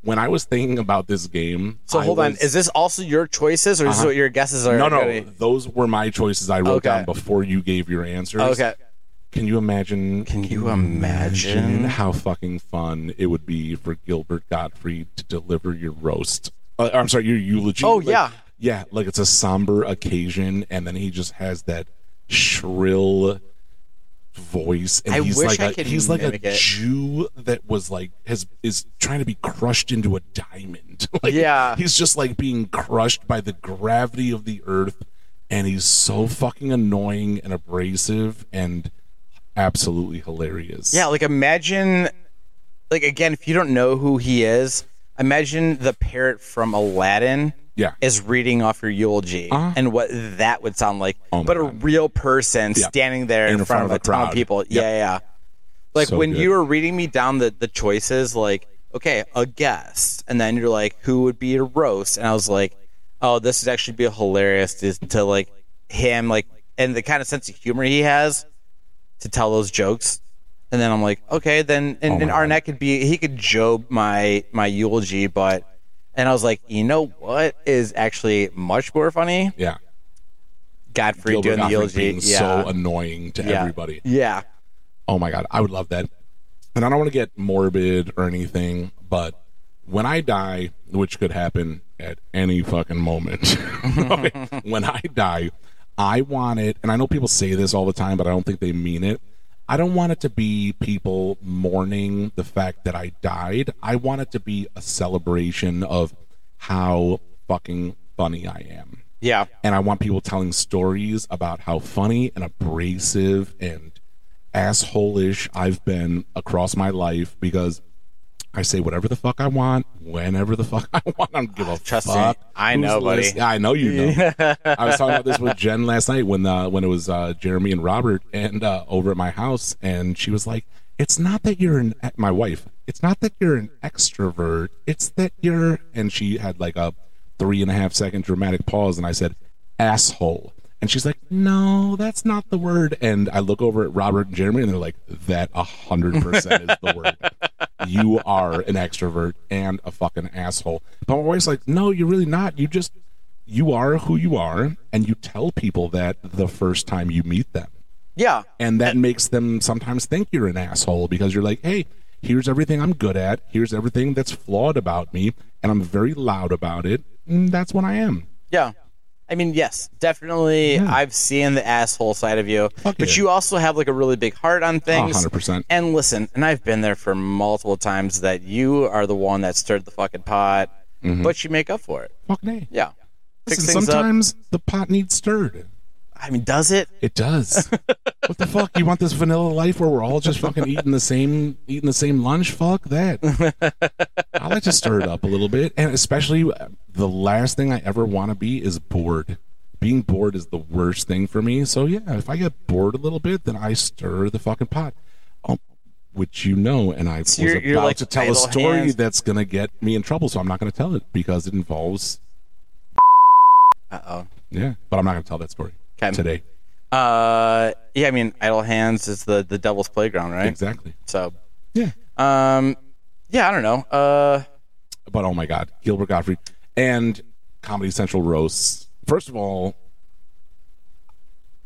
S2: when I was thinking about this game.
S1: So
S2: I
S1: hold on,
S2: was- Uh-huh.
S1: is this also your choices, or is this what your guesses are?
S2: No, no.
S1: gonna be?
S2: Those were my choices I wrote
S1: Okay.
S2: down before you gave your answers.
S1: Okay.
S2: Can you imagine?
S1: Can you imagine?
S2: how fucking fun it would be for Gilbert Gottfried to deliver your roast? Uh, I'm sorry, your eulogy.
S1: Oh,
S2: Like-
S1: yeah.
S2: yeah. Like it's a somber occasion, and then he just has that shrill voice, and
S1: I
S2: he's
S1: wish
S2: like
S1: I
S2: a,
S1: could
S2: he's like a
S1: mimic it.
S2: Jew that was like has is trying to be crushed into a diamond. like,
S1: Yeah.
S2: he's just like being crushed by the gravity of the earth, and he's so fucking annoying and abrasive and absolutely hilarious.
S1: Yeah, like imagine, like again, if you don't know who he is, imagine the parrot from Aladdin.
S2: Yeah. Uh-huh.
S1: Is reading off your eulogy and what that would sound like,
S2: Oh my
S1: but a
S2: God.
S1: real person standing there in, front, of a, ton of
S2: crowd.
S1: people.
S2: Yep.
S1: Yeah, yeah. Like
S2: So
S1: when
S2: good.
S1: you were reading me down the the choices, like okay, a guest, and then you're like, who would be a roast? And I was like, oh, this would actually be hilarious is to like him, like, and the kind of sense of humor he has to tell those jokes. And then I'm like, okay, then
S2: Oh
S1: and, and Arnett could be he could job my my eulogy, but and I was like, you know what is actually much more funny?
S2: yeah.
S1: Godfrey
S2: Gilbert
S1: doing the
S2: Gottfried
S1: eulogy.
S2: being
S1: Yeah.
S2: so annoying to
S1: yeah.
S2: everybody.
S1: Yeah.
S2: Oh my god, I would love that. And I don't want to get morbid or anything, but when I die, which could happen at any fucking moment, okay, when I die, I want it, and I know people say this all the time, but I don't think they mean it. I don't want it to be people mourning the fact that I died. I want it to be a celebration of how fucking funny I am.
S1: Yeah.
S2: and I want people telling stories about how funny and abrasive and asshole-ish I've been across my life because I say whatever the fuck I want, whenever the fuck I want. I don't give a
S1: Ah, Trust me.
S2: fuck.
S1: I
S2: who's
S1: know, buddy.
S2: listening. I know you know. I was talking about this with Jen last night when uh, when it was uh, Jeremy and Robert and uh, over at my house, and she was like, "It's not that you're an e-" my wife. It's not that you're an extrovert. It's that you're." And she had like a three and a half second dramatic pause, and I said, "Asshole." And she's like, "No, that's not the word." And I look over at Robert and Jeremy, and they're like, "That a hundred percent is the word." you are an extrovert and a fucking asshole. But my wife's like, no, you're really not. You just, you are who you are, and you tell people that the first time you meet them.
S1: Yeah.
S2: And that makes them sometimes think you're an asshole because you're like, hey, here's everything I'm good at. Here's everything that's flawed about me, and I'm very loud about it. And that's what I am.
S1: Yeah. I mean, yes, definitely.
S2: Yeah.
S1: I've seen the asshole side of you,
S2: Fuck
S1: but
S2: yeah.
S1: you also have like a really big heart on things.
S2: 100%.
S1: And listen, and I've been there for multiple times that you are the one that stirred the fucking pot, but you make up for it.
S2: Fucking A.
S1: Yeah. Fix
S2: Mm-hmm. Listen,
S1: things up.
S2: sometimes the pot needs stirred.
S1: I mean, does it?
S2: It does. what the fuck? You want this vanilla life where we're all just fucking eating the same eating the same lunch? Fuck that. I like to stir it up a little bit, and especially uh, the last thing I ever want to be is bored. Being bored is the worst thing for me. So yeah, if I get bored a little bit, then I stir the fucking pot. Oh, which you know, and I was
S1: you're-
S2: about
S1: you're like
S2: to tell a
S1: idle
S2: story
S1: hands.
S2: that's gonna get me in trouble, so I'm not gonna tell it because it involves.
S1: Uh oh.
S2: Yeah, but I'm not gonna tell that story
S1: Okay.
S2: today.
S1: Uh, yeah. I mean, idle hands is the the devil's playground, right?
S2: Exactly.
S1: So,
S2: Yeah.
S1: um, yeah, I don't know. Uh,
S2: but oh my god, Gilbert Gottfried and Comedy Central roasts. First of all,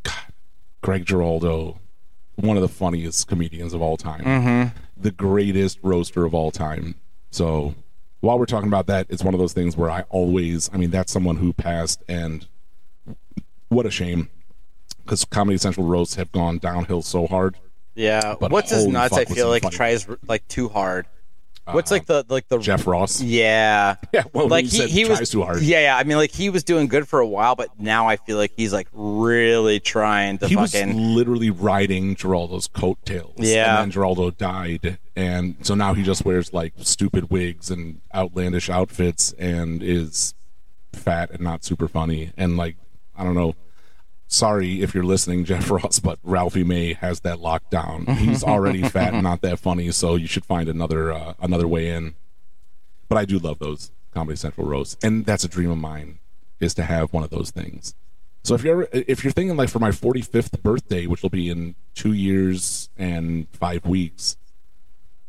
S2: God, Greg Giraldo, one of the funniest comedians of all time,
S1: Mm-hmm.
S2: the greatest roaster of all time. So while we're talking about that, it's one of those things where I always, I mean, that's someone who passed, and what a shame. Because Comedy Central roasts have gone downhill so hard.
S1: yeah.
S2: But
S1: What's his
S2: holy
S1: nuts?
S2: fuck,
S1: I
S2: was
S1: feel
S2: he
S1: like
S2: funny. Uh,
S1: tries like too hard. What's like the like the
S2: Jeff Ross.
S1: Yeah.
S2: Yeah, well,
S1: like
S2: he
S1: he,
S2: said
S1: he
S2: tries
S1: was
S2: too hard.
S1: Yeah, yeah. I mean, like he was doing good for a while, but now I feel like he's like really trying to
S2: he
S1: fucking.
S2: was literally riding Geraldo's coattails.
S1: Yeah.
S2: And then Geraldo died. And so now he just wears like stupid wigs and outlandish outfits and is fat and not super funny. And like, I don't know. Sorry if you're listening, Jeff Ross, but Ralphie May has that locked down. He's already fat and not that funny, so you should find another uh, another way in. But I do love those Comedy Central roasts, and that's a dream of mine is to have one of those things. So if you're if you're thinking like for my 45th birthday, which will be in two years and five weeks,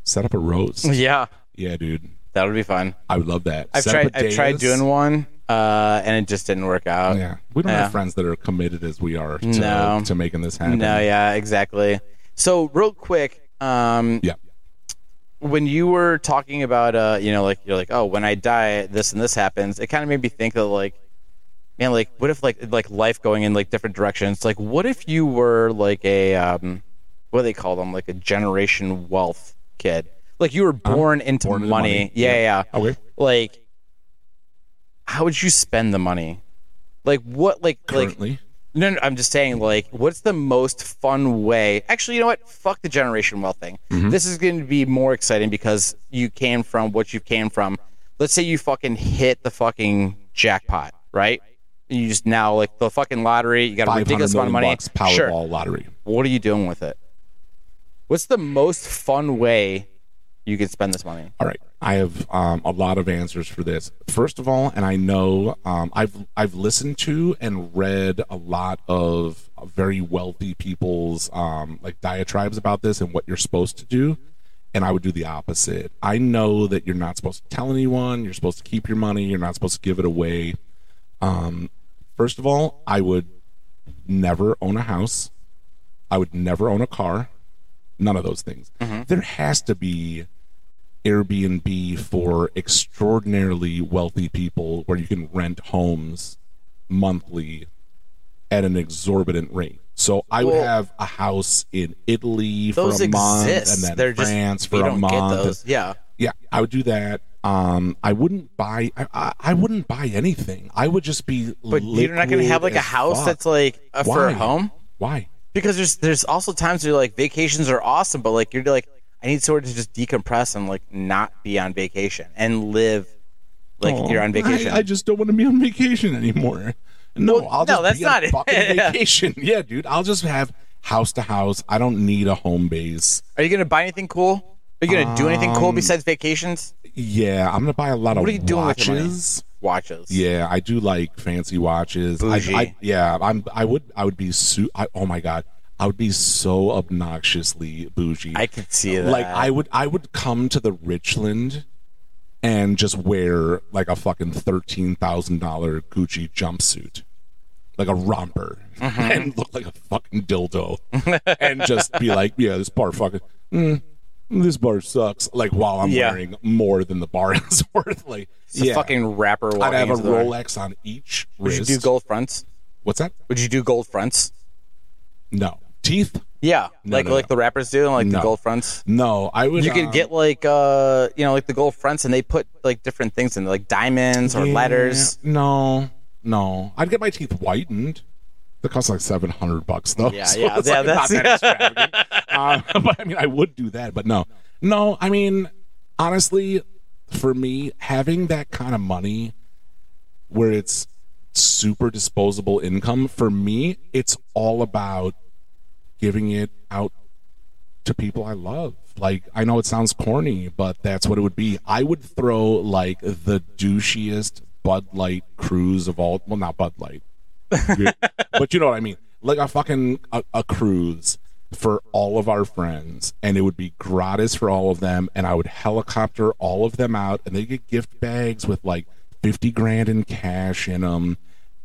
S2: set up a roast.
S1: yeah,
S2: Yeah, dude,
S1: that would be fun.
S2: I would love that.
S1: I've
S2: Set
S1: tried.
S2: up a
S1: I've tried
S2: dais.
S1: doing one, uh, and it just didn't work out.
S2: Yeah, we don't
S1: Yeah.
S2: have friends that are committed as we are to,
S1: No.
S2: to making this happen.
S1: No, yeah, exactly. So real quick, um,
S2: yeah,
S1: when you were talking about uh you know like you're like oh when i die this and this happens it kind of made me think of like man like what if like like life going in like different directions like what if you were like a um what do they call them like a generation wealth kid like you were born into
S2: Uh-huh. born into
S1: money.
S2: money.
S1: yeah yeah, yeah.
S2: Okay.
S1: like how would you spend the money like what like like
S2: Currently,
S1: no, no, I'm just saying, like, what's the most fun way? Actually, you know what? Fuck the generation wealth thing.
S2: Mm-hmm.
S1: This is going to be more exciting because you came from what you came from. Let's say you fucking hit the fucking jackpot, right? And you just now, like, the fucking lottery, you got a
S2: five hundred
S1: ridiculous amount
S2: million
S1: of money.
S2: bucks Powerball
S1: sure.
S2: lottery.
S1: What are you doing with it? What's the most fun way you can spend this money?
S2: All right, I have um, a lot of answers for this. First of all, and I know um, I've I've listened to and read a lot of very wealthy people's um, like diatribes about this and what you're supposed to do. And I would do the opposite. I know that you're not supposed to tell anyone. You're supposed to keep your money. You're not supposed to give it away. Um, first of all, I would never own a house. I would never own a car. None of those things.
S1: Mm-hmm.
S2: There has to be Airbnb for extraordinarily wealthy people where you can rent homes monthly at an exorbitant rate. So I would
S1: Well-
S2: have a house in Italy for
S1: Those
S2: a month
S1: exist.
S2: and then
S1: They're
S2: France
S1: just,
S2: for
S1: we
S2: a
S1: don't
S2: month.
S1: get those. Yeah.
S2: Yeah, I would do that. Um, I wouldn't buy. I, I, I wouldn't buy anything. I would just be.
S1: But you're not going to have like a house that's like uh, for
S2: Why?
S1: a home
S2: Why?
S1: because there's there's also times where like vacations are awesome, but like you're like I need sort of to just decompress and like not be on vacation and live like
S2: Oh,
S1: you're on vacation.
S2: I, I just don't want to be on vacation anymore. No,
S1: Well, no,
S2: I'll just
S1: that's
S2: be
S1: not
S2: on
S1: it.
S2: fucking
S1: Yeah.
S2: vacation. Yeah, dude, I'll just have house to house. I don't need a home base.
S1: Are you going to buy anything cool? Are you going to do anything cool
S2: Um,
S1: besides vacations?
S2: Yeah, I'm gonna buy a lot of
S1: What are you doing with
S2: watches.
S1: your money? Watches.
S2: Yeah, I do like fancy watches. I,
S1: Bougie.
S2: I yeah, I'm I would I would be so I, oh my god, I would be so obnoxiously bougie.
S1: I could see that.
S2: like I would I would come to the Richland and just wear like a fucking thirteen thousand dollar Gucci jumpsuit, like a romper,
S1: Mm-hmm.
S2: and look like a fucking dildo, and just be like, yeah, this bar fucking. mm, This bar sucks. Like while I'm
S1: Yeah.
S2: wearing more than the bar is worth. Like,
S1: It's a fucking rapper.
S2: I'd
S1: walking
S2: have a
S1: into the room.
S2: Rolex on each
S1: Would you
S2: wrist.
S1: do gold fronts?
S2: What's that?
S1: Would you do gold fronts?
S2: No teeth.
S1: Yeah,
S2: No,
S1: like
S2: no,
S1: like
S2: no.
S1: the rappers do, and like
S2: No.
S1: the gold fronts.
S2: No, I would.
S1: You
S2: uh,
S1: could get like uh you know like the gold fronts, and they put like different things in, like diamonds or
S2: Yeah,
S1: letters.
S2: No, no. I'd get my teeth whitened. That costs like seven hundred bucks though.
S1: Yeah, yeah,
S2: it's
S1: yeah,
S2: like not
S1: that's-
S2: that extravagant. Uh, but I mean, I would do that. But no, no. I mean, honestly, for me, having that kind of money, where it's super disposable income, for me, it's all about giving it out to people I love. Like, I know it sounds corny, but that's what it would be. I would throw like the douchiest Bud Light cruise of all. Well, not Bud Light, but you know what I mean. Like a fucking a, a cruise for all of our friends, and it would be gratis for all of them. And I would helicopter all of them out, and they get gift bags with like fifty grand in cash in them.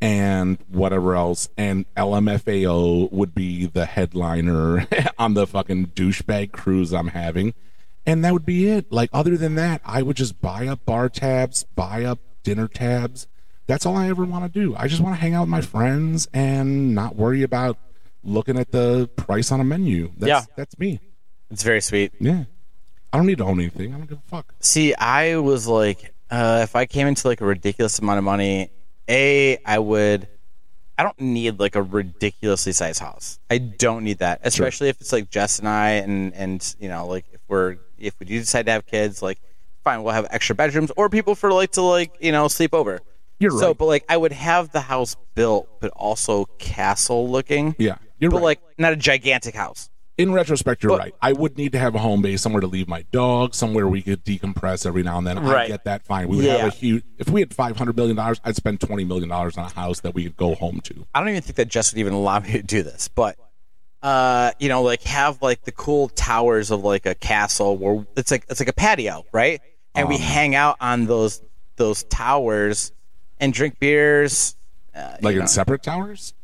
S2: And whatever else, and LMFAO would be the headliner on the fucking douchebag cruise I'm having and that would be it. Like other than that, I would just buy up bar tabs, buy up dinner tabs. That's all I ever want to do. I just want to hang out with my friends and not worry about looking at the price on a menu. That's,
S1: Yeah.
S2: that's me.
S1: It's very sweet.
S2: Yeah, I don't need to own anything. I don't give a fuck.
S1: See, I was like, uh, if I came into like a ridiculous amount of money, a I would. I don't need like a ridiculously sized house. I don't need that, especially if it's like Jess and I, and and you know, like if we're if we do decide to have kids, like fine, we'll have extra bedrooms or people for like to like you know sleep over.
S2: You're
S1: So,
S2: right.
S1: but like I would have the house built, but also castle looking.
S2: Yeah, you're
S1: but
S2: right.
S1: like not a gigantic house.
S2: in retrospect, you're
S1: But-
S2: right. I would need to have a home base, somewhere to leave my dog, somewhere we could decompress every now and then. I
S1: Right.
S2: get that fine. We would
S1: Yeah.
S2: have a huge. If we had five hundred million dollars, I'd spend twenty million dollars on a house that we could go home to.
S1: I don't even think that Jess would even allow me to do this, but uh, you know, like have like the cool towers of like a castle where it's like it's like a patio, right? And
S2: Um.
S1: we hang out on those those towers and drink beers. Uh,
S2: Like
S1: you
S2: in
S1: know.
S2: separate towers.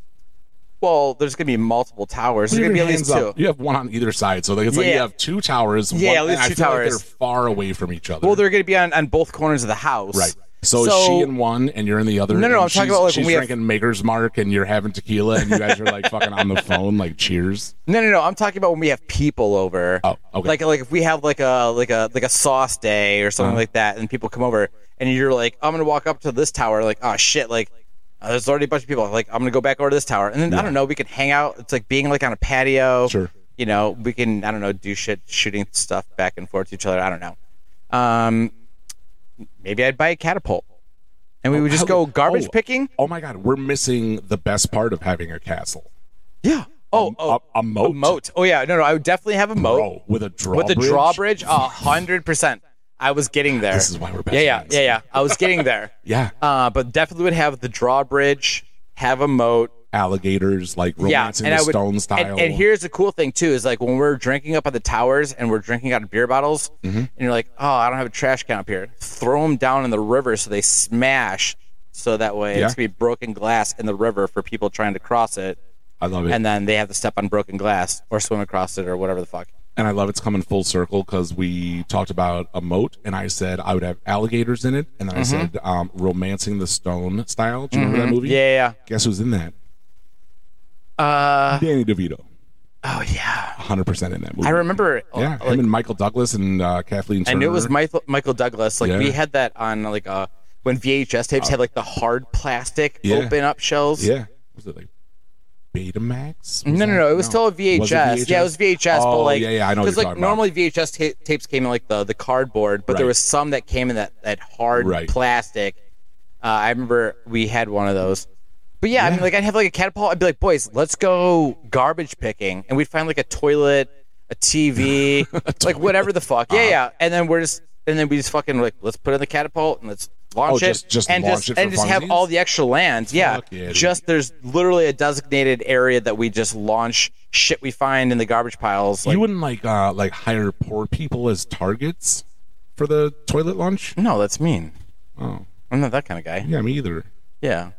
S1: well, there's gonna be multiple towers. There's
S2: Put
S1: gonna be
S2: your
S1: at least
S2: hands
S1: two.
S2: up. You have one on either side, so like it's like you
S1: Yeah.
S2: have two towers.
S1: Yeah,
S2: one,
S1: at least
S2: and I
S1: two
S2: feel like
S1: towers.
S2: they're far away from each other.
S1: Well, they're gonna be on, on both corners of the house,
S2: right. So, is she in one, and you're in the other.
S1: No, no,
S2: and
S1: I'm talking
S2: she's-
S1: about, like, when
S2: she's
S1: we have-
S2: drinking Maker's Mark, and you're having tequila, and you guys are like fucking on the phone, like cheers.
S1: No, no, no. I'm talking about when we have people over.
S2: Oh, okay.
S1: Like, like if we have like a like a like a sauce day or
S2: Uh-huh.
S1: something like that, and people come over, and you're like, I'm gonna walk up to this tower, like, oh shit, like, uh, there's already a bunch of people. Like, I'm gonna go back over to this tower, and then I don't know, we can hang out. It's like being like on a patio.
S2: Sure.
S1: You know, we can I don't know do shit, shooting stuff back and forth to each other. I don't know. Um, maybe I'd buy a catapult, and we would just
S2: How-
S1: go garbage
S2: oh,
S1: picking.
S2: Oh my god, we're missing the best part of having a castle.
S1: Yeah. Oh, oh,
S2: a, a moat,
S1: a moat. Oh yeah, no, no, I would definitely have a moat.
S2: bro, with a drawbridge.
S1: with the drawbridge, a hundred percent. I was getting there.
S2: This is why we're best
S1: yeah, yeah,
S2: friends.
S1: yeah, yeah. I was getting there.
S2: Yeah.
S1: Uh, but definitely would have the drawbridge, have a moat.
S2: alligators, like romancing
S1: yeah, I
S2: the
S1: would,
S2: stone
S1: and-
S2: style.
S1: And, here's the cool thing too is like when we're drinking up at the towers and we're drinking out of beer bottles,
S2: Mm-hmm.
S1: and you're like, oh, I don't have a trash can up here. Throw them down in the river so they smash. So that way
S2: Yeah.
S1: it's gonna be broken glass in the river for people trying to cross it,
S2: I love it.
S1: and then they have to step on broken glass or swim across it or whatever the fuck.
S2: and I love it's coming full circle because we talked about a moat, and I said I would have alligators in it,
S1: Mm-hmm.
S2: and then I said um, romancing the stone style. Do you remember that movie?
S1: Yeah, yeah.
S2: Guess who's in that?
S1: yeah. Uh,
S2: Danny DeVito.
S1: Oh yeah,
S2: 100% in that movie.
S1: I remember.
S2: Yeah,
S1: like,
S2: him and Michael Douglas and uh, Kathleen
S1: I
S2: Turner.
S1: knew it was Michael, Michael Douglas. Like
S2: Yeah. Uh,
S1: we had that on like uh when VHS tapes had like the hard plastic
S2: Yeah.
S1: open up shells.
S2: Yeah. Was it like Betamax? Was
S1: No, no,
S2: that-
S1: no. It was still a VHS. Yeah, it was VHS,
S2: oh,
S1: but like,
S2: yeah, yeah, I know what
S1: Because
S2: you're
S1: like
S2: talking
S1: normally VHS ta- tapes came in like the the cardboard, but there
S2: Right.
S1: was some that came in that that hard
S2: Right.
S1: plastic. Uh, I remember we had one of those. But yeah, I mean,
S2: Yeah.
S1: like I'd have like a catapult. I'd be like, boys, let's go garbage picking, and we'd find like a toilet, a TV, like whatever the fuck.
S2: Uh-huh.
S1: Yeah, yeah. And then we're just, and then we just fucking like, let's put in the catapult and let's launch it,
S2: Oh, just- just
S1: and
S2: launch
S1: just
S2: it for
S1: and just have
S2: funsies?
S1: all the extra lands. Yeah,
S2: Fuck yeah, dude.
S1: just there's literally a designated area that we just launch shit we find in the garbage piles.
S2: about.
S1: Like,
S2: you wouldn't like uh, like hire poor people as targets for the toilet lunch?
S1: no, that's mean.
S2: Oh,
S1: I'm not that kind of guy.
S2: yeah, me either
S1: Yeah.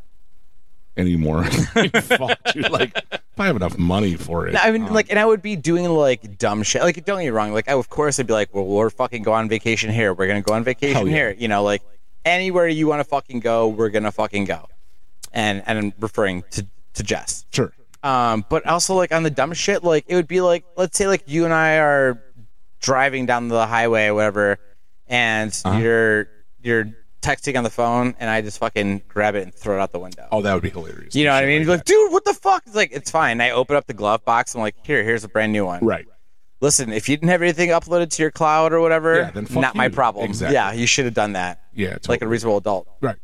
S2: anymore. Fuck, dude. Like, if I have enough money for it.
S1: I mean, like, and I would be doing like dumb shit. Like, don't get me wrong. Like, I of course I'd be like, well, we're fucking go on vacation here. We're gonna go on vacation
S2: Hell yeah.
S1: here. You know, like anywhere you want to fucking go, we're gonna fucking go. And and I'm referring to to Jess.
S2: sure.
S1: Um, but also like on the dumb shit, like it would be like let's say like you and I are driving down the highway or whatever, and
S2: Uh-huh.
S1: you're you're texting on the phone, and I just fucking grab it and throw it out the window.
S2: Oh, that would be hilarious.
S1: You know what I mean?
S2: Shit
S1: You're
S2: like
S1: like, dude, what the fuck? It's like it's fine. I open up the glove box. I'm like, here, here's a brand new one.
S2: that. right.
S1: Listen, if you didn't have anything uploaded to your cloud or whatever,
S2: Yeah, then fuck
S1: not my
S2: you.
S1: problem.
S2: Exactly.
S1: Yeah, you should have done that.
S2: Yeah,
S1: Like a
S2: totally.
S1: reasonable adult.
S2: Right.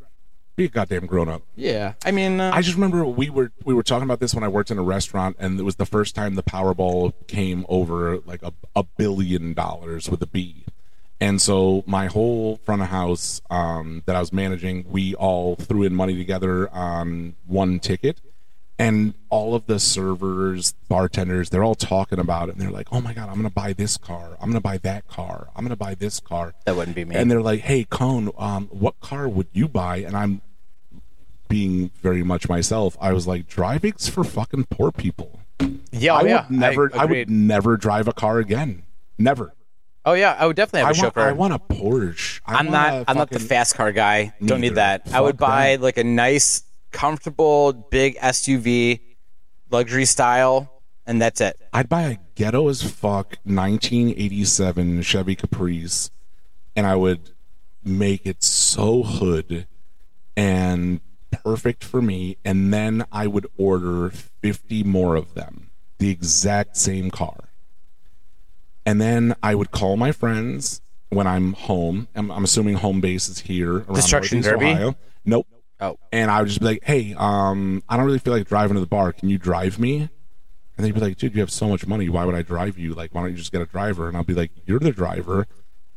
S2: Be a goddamn grown up.
S1: Yeah. I mean, uh,
S2: I just remember we were we were talking about this when I worked in a restaurant, and it was the first time the Powerball came over like a, a billion dollars with a B. And so my whole front of house um, that I was managing, we all threw in money together on one ticket, and all of the servers, bartenders, they're all talking about it, and they're like, "Oh my god, I'm gonna buy this car, I'm gonna buy that car, I'm gonna buy this car."
S1: that wouldn't be me.
S2: and they're like, "Hey, Cone, um, what car would you buy?" And I'm being very much myself. I was like, "Driving's for fucking poor people."
S1: yeah, oh,
S2: I would
S1: yeah.
S2: never, I,
S1: agreed.
S2: would never drive a car again. Never.
S1: Oh yeah, I would definitely
S2: I
S1: have a
S2: want,
S1: chauffeur.
S2: I want a Porsche. I
S1: I'm
S2: want
S1: not.
S2: a
S1: I'm not the
S2: fucking-
S1: fast car guy. Don't need
S2: Neither.
S1: that. I would
S2: Fuck
S1: buy like a nice, comfortable, big SUV, luxury style, and that's it.
S2: I'd buy a ghetto as fuck 1987 Chevy Caprice, and I would make it so hood and perfect for me. And then I would order 50 more of them, the exact same car. And then I would call my friends when I'm home. I'm, I'm assuming home base is here around
S1: Destruction
S2: Northeast
S1: Derby?
S2: Ohio. Nope.
S1: Oh,
S2: And I would just be like, hey, um, I don't really feel like driving to the bar. Can you drive me? And they'd be like, dude, you have so much money. Why would I drive you? Like, why don't you just get a driver? And I'll be like, you're the driver.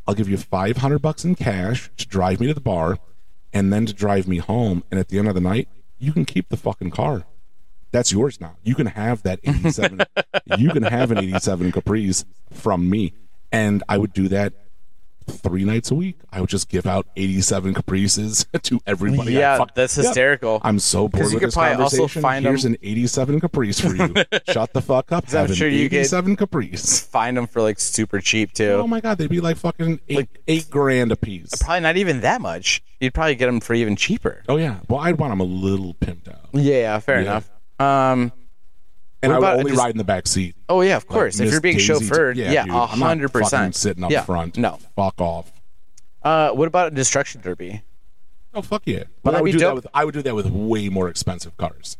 S2: I'll give you 500 bucks in cash to drive me to the bar and then to drive me home. And at the end of the night, you can keep the fucking car. That's yours now. You can have that 87. you can have an 87 Caprice from me. And I would do that three nights a week. I would just give out 87 Caprices to everybody. I
S1: yeah,
S2: fuck-
S1: that's
S2: Yep.
S1: hysterical.
S2: I'm so bored
S1: you
S2: with
S1: could
S2: this
S1: probably also
S2: conversation.
S1: find 'em-
S2: Here's an 87 Caprice for you. Shut the fuck up.
S1: I'm
S2: Have an
S1: sure you could-
S2: 87 Caprice.
S1: Find them for like super cheap too.
S2: Oh my god, they'd be like fucking eight, eight grand a piece.
S1: probably not even that much. You'd probably get them for even cheaper.
S2: Oh yeah. Well, I'd want them a little pimped out,
S1: Yeah, fair
S2: Yeah.
S1: enough. Um.
S2: and I would
S1: about
S2: only
S1: just-
S2: ride in the back seat.
S1: Oh yeah, of course. if
S2: Miss
S1: you're being
S2: Daisy
S1: chauffeured,
S2: Duke-
S1: yeah,
S2: dude,
S1: a
S2: I'm not
S1: hundred
S2: fucking
S1: percent.
S2: Sitting up
S1: yeah,
S2: front.
S1: No.
S2: fuck off.
S1: Uh, what about a destruction derby?
S2: Oh fuck yeah. But
S1: that'd
S2: I
S1: be
S2: would do
S1: dope.
S2: that with I would do that with way more expensive cars.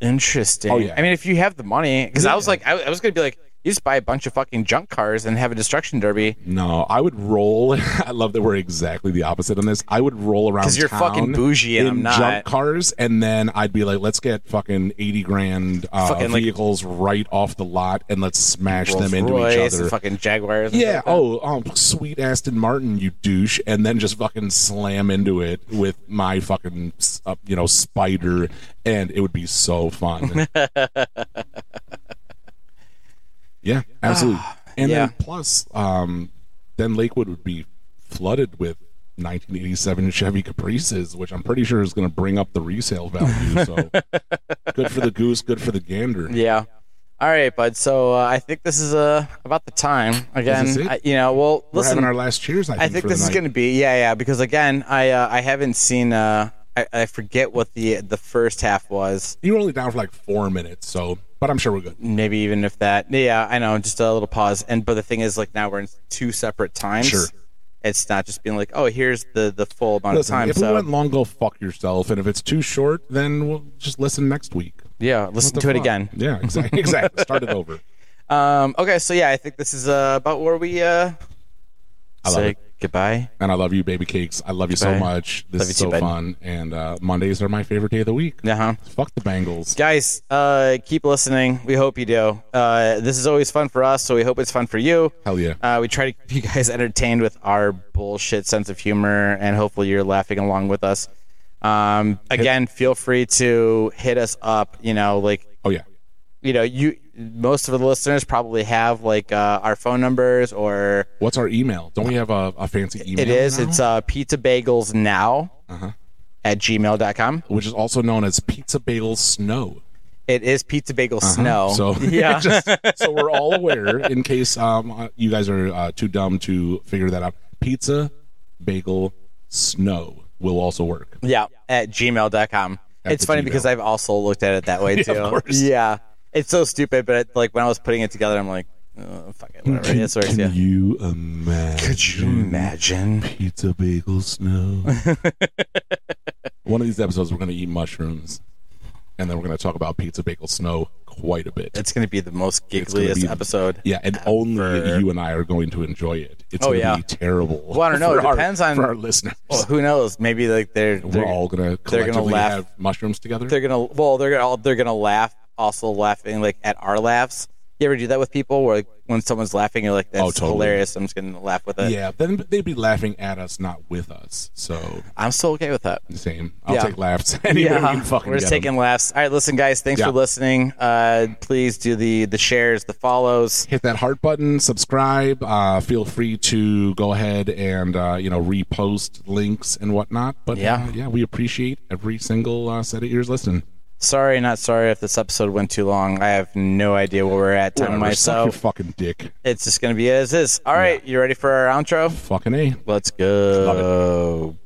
S1: Interesting.
S2: Oh, yeah.
S1: I mean, if you have the money, because I was
S2: Yeah.
S1: like, I, I was gonna be like, you just buy a bunch of fucking junk cars and have a destruction derby
S2: No, I would roll. I love that we're exactly the opposite on this. I would roll around
S1: 'Cause you're
S2: town
S1: fucking bougie and
S2: in
S1: I'm not.
S2: junk cars, and then I'd be like, "Let's get fucking eighty grand uh,
S1: Fucking, like-
S2: vehicles right off the lot, and let's smash
S1: Rolls
S2: them into
S1: Royce
S2: each
S1: and
S2: other."
S1: fucking Jaguars. and
S2: yeah.
S1: stuff like
S2: Oh, um, sweet Aston Martin, you douche, and then just fucking slam into it with my fucking, uh, you know, spider, and it would be so fun. yeah, absolutely. And
S1: Ah, Yeah.
S2: then plus, um, then Lakewood would be flooded with 1987 Chevy Caprices, which I'm pretty sure is going to bring up the resale value. So good for the goose, good for the gander.
S1: that. Yeah. All right, bud. So uh, I think this is uh, about the time again.
S2: Is this it?
S1: I, you know, well,
S2: We're
S1: listen.
S2: having our last cheers. I think,
S1: I think
S2: for
S1: this
S2: the
S1: is
S2: night.
S1: going to be yeah, yeah. Because again, I uh, I haven't seen. Uh, I, I forget what the the first half was.
S2: you were only down for like four minutes, so but I'm sure we're good.
S1: maybe even if that yeah i know just a little pause and but the thing is like now we're in two separate times
S2: Sure.
S1: it's not just being like oh here's the the full amount
S2: Listen,
S1: of time
S2: if
S1: so
S2: we went long, go fuck yourself. And if it's too short, then we'll just listen next week.
S1: yeah listen
S2: What
S1: to
S2: the
S1: it
S2: fuck?
S1: again
S2: Yeah, exactly. exactly. Start it over.
S1: um okay so yeah i think this is uh, about where we uh
S2: I love
S1: say
S2: it.
S1: goodbye
S2: And I love you, baby cakes. I love you so
S1: Bye.
S2: much. This
S1: Love you
S2: is
S1: too,
S2: so
S1: bud.
S2: fun. And uh, Mondays are my favorite day of the week.
S1: uh-huh
S2: Fuck the Bengals.
S1: guys uh keep listening we hope you do uh this is always fun for us so we hope it's fun for you
S2: Hell yeah.
S1: uh, we try to keep you guys entertained with our bullshit sense of humor and hopefully you're laughing along with us um again feel free to hit us up you know like
S2: Oh yeah.
S1: you know you most of the listeners probably have like uh, our phone numbers or
S2: What's our email? Don't we have a, a fancy email?
S1: it is
S2: now?
S1: it's uh pizza bagels now
S2: Uh-huh.
S1: at gmail.com
S2: which is also known as Pizza Bagel Snow.
S1: it is pizza bagel snow
S2: Uh-huh. So
S1: yeah
S2: just- so we're all aware in case um uh, you guys are uh, too dumb to figure that out. Pizza Bagel Snow will also work.
S1: Yeah, at gmail.com.
S2: At
S1: it's
S2: the
S1: funny
S2: Gmail.
S1: because I've also looked at it that way too.
S2: of course.
S1: Yeah. It's so stupid, but it, like when I was putting it together, I'm like, oh, fuck it, whatever. It is what it is,
S2: Can
S1: yeah.
S2: you imagine?
S1: Could you imagine?
S2: Pizza Bagel Snow. One of these episodes, we're going to eat mushrooms, and then we're going to talk about Pizza Bagel Snow quite a bit.
S1: It's going to be the most
S2: It's gonna
S1: giggliest
S2: be-
S1: episode.
S2: Yeah, and only you and I are going to enjoy it. It's
S1: Oh,
S2: going to
S1: yeah.
S2: be terrible. Well,
S1: I don't know. It depends on-
S2: for our listeners.
S1: Well, who knows? Maybe like they're they're,
S2: we're all going to
S1: they're gonna
S2: collectively
S1: laugh.
S2: have mushrooms together.
S1: they're gonna well they're gonna all they're gonna laugh also laughing like at our laughs. You ever do that with people where like, when someone's laughing, you're like, that's
S2: Oh, totally.
S1: hilarious. I'm just gonna laugh with it.
S2: yeah, then they'd be laughing at us, not with us. So
S1: I'm still okay with that.
S2: same. I'll
S1: Yeah.
S2: take laughs. Anyway, we can fucking
S1: are just
S2: get 'em.
S1: taking laughs. All right, listen, guys, thanks
S2: Yeah.
S1: for listening. Uh, please do the the shares, the follows.
S2: hit that heart button subscribe uh, feel free to go ahead and uh, you know repost links and whatnot but
S1: Yeah.
S2: uh, yeah we appreciate every single uh, set of ears listening
S1: Sorry, not sorry if this episode went too long. I have no idea where we're at time
S2: Whatever,
S1: wise,
S2: suck your
S1: so
S2: fucking dick
S1: it's just gonna be as is. All right, you ready for our outro?
S2: fucking a
S1: Let's go.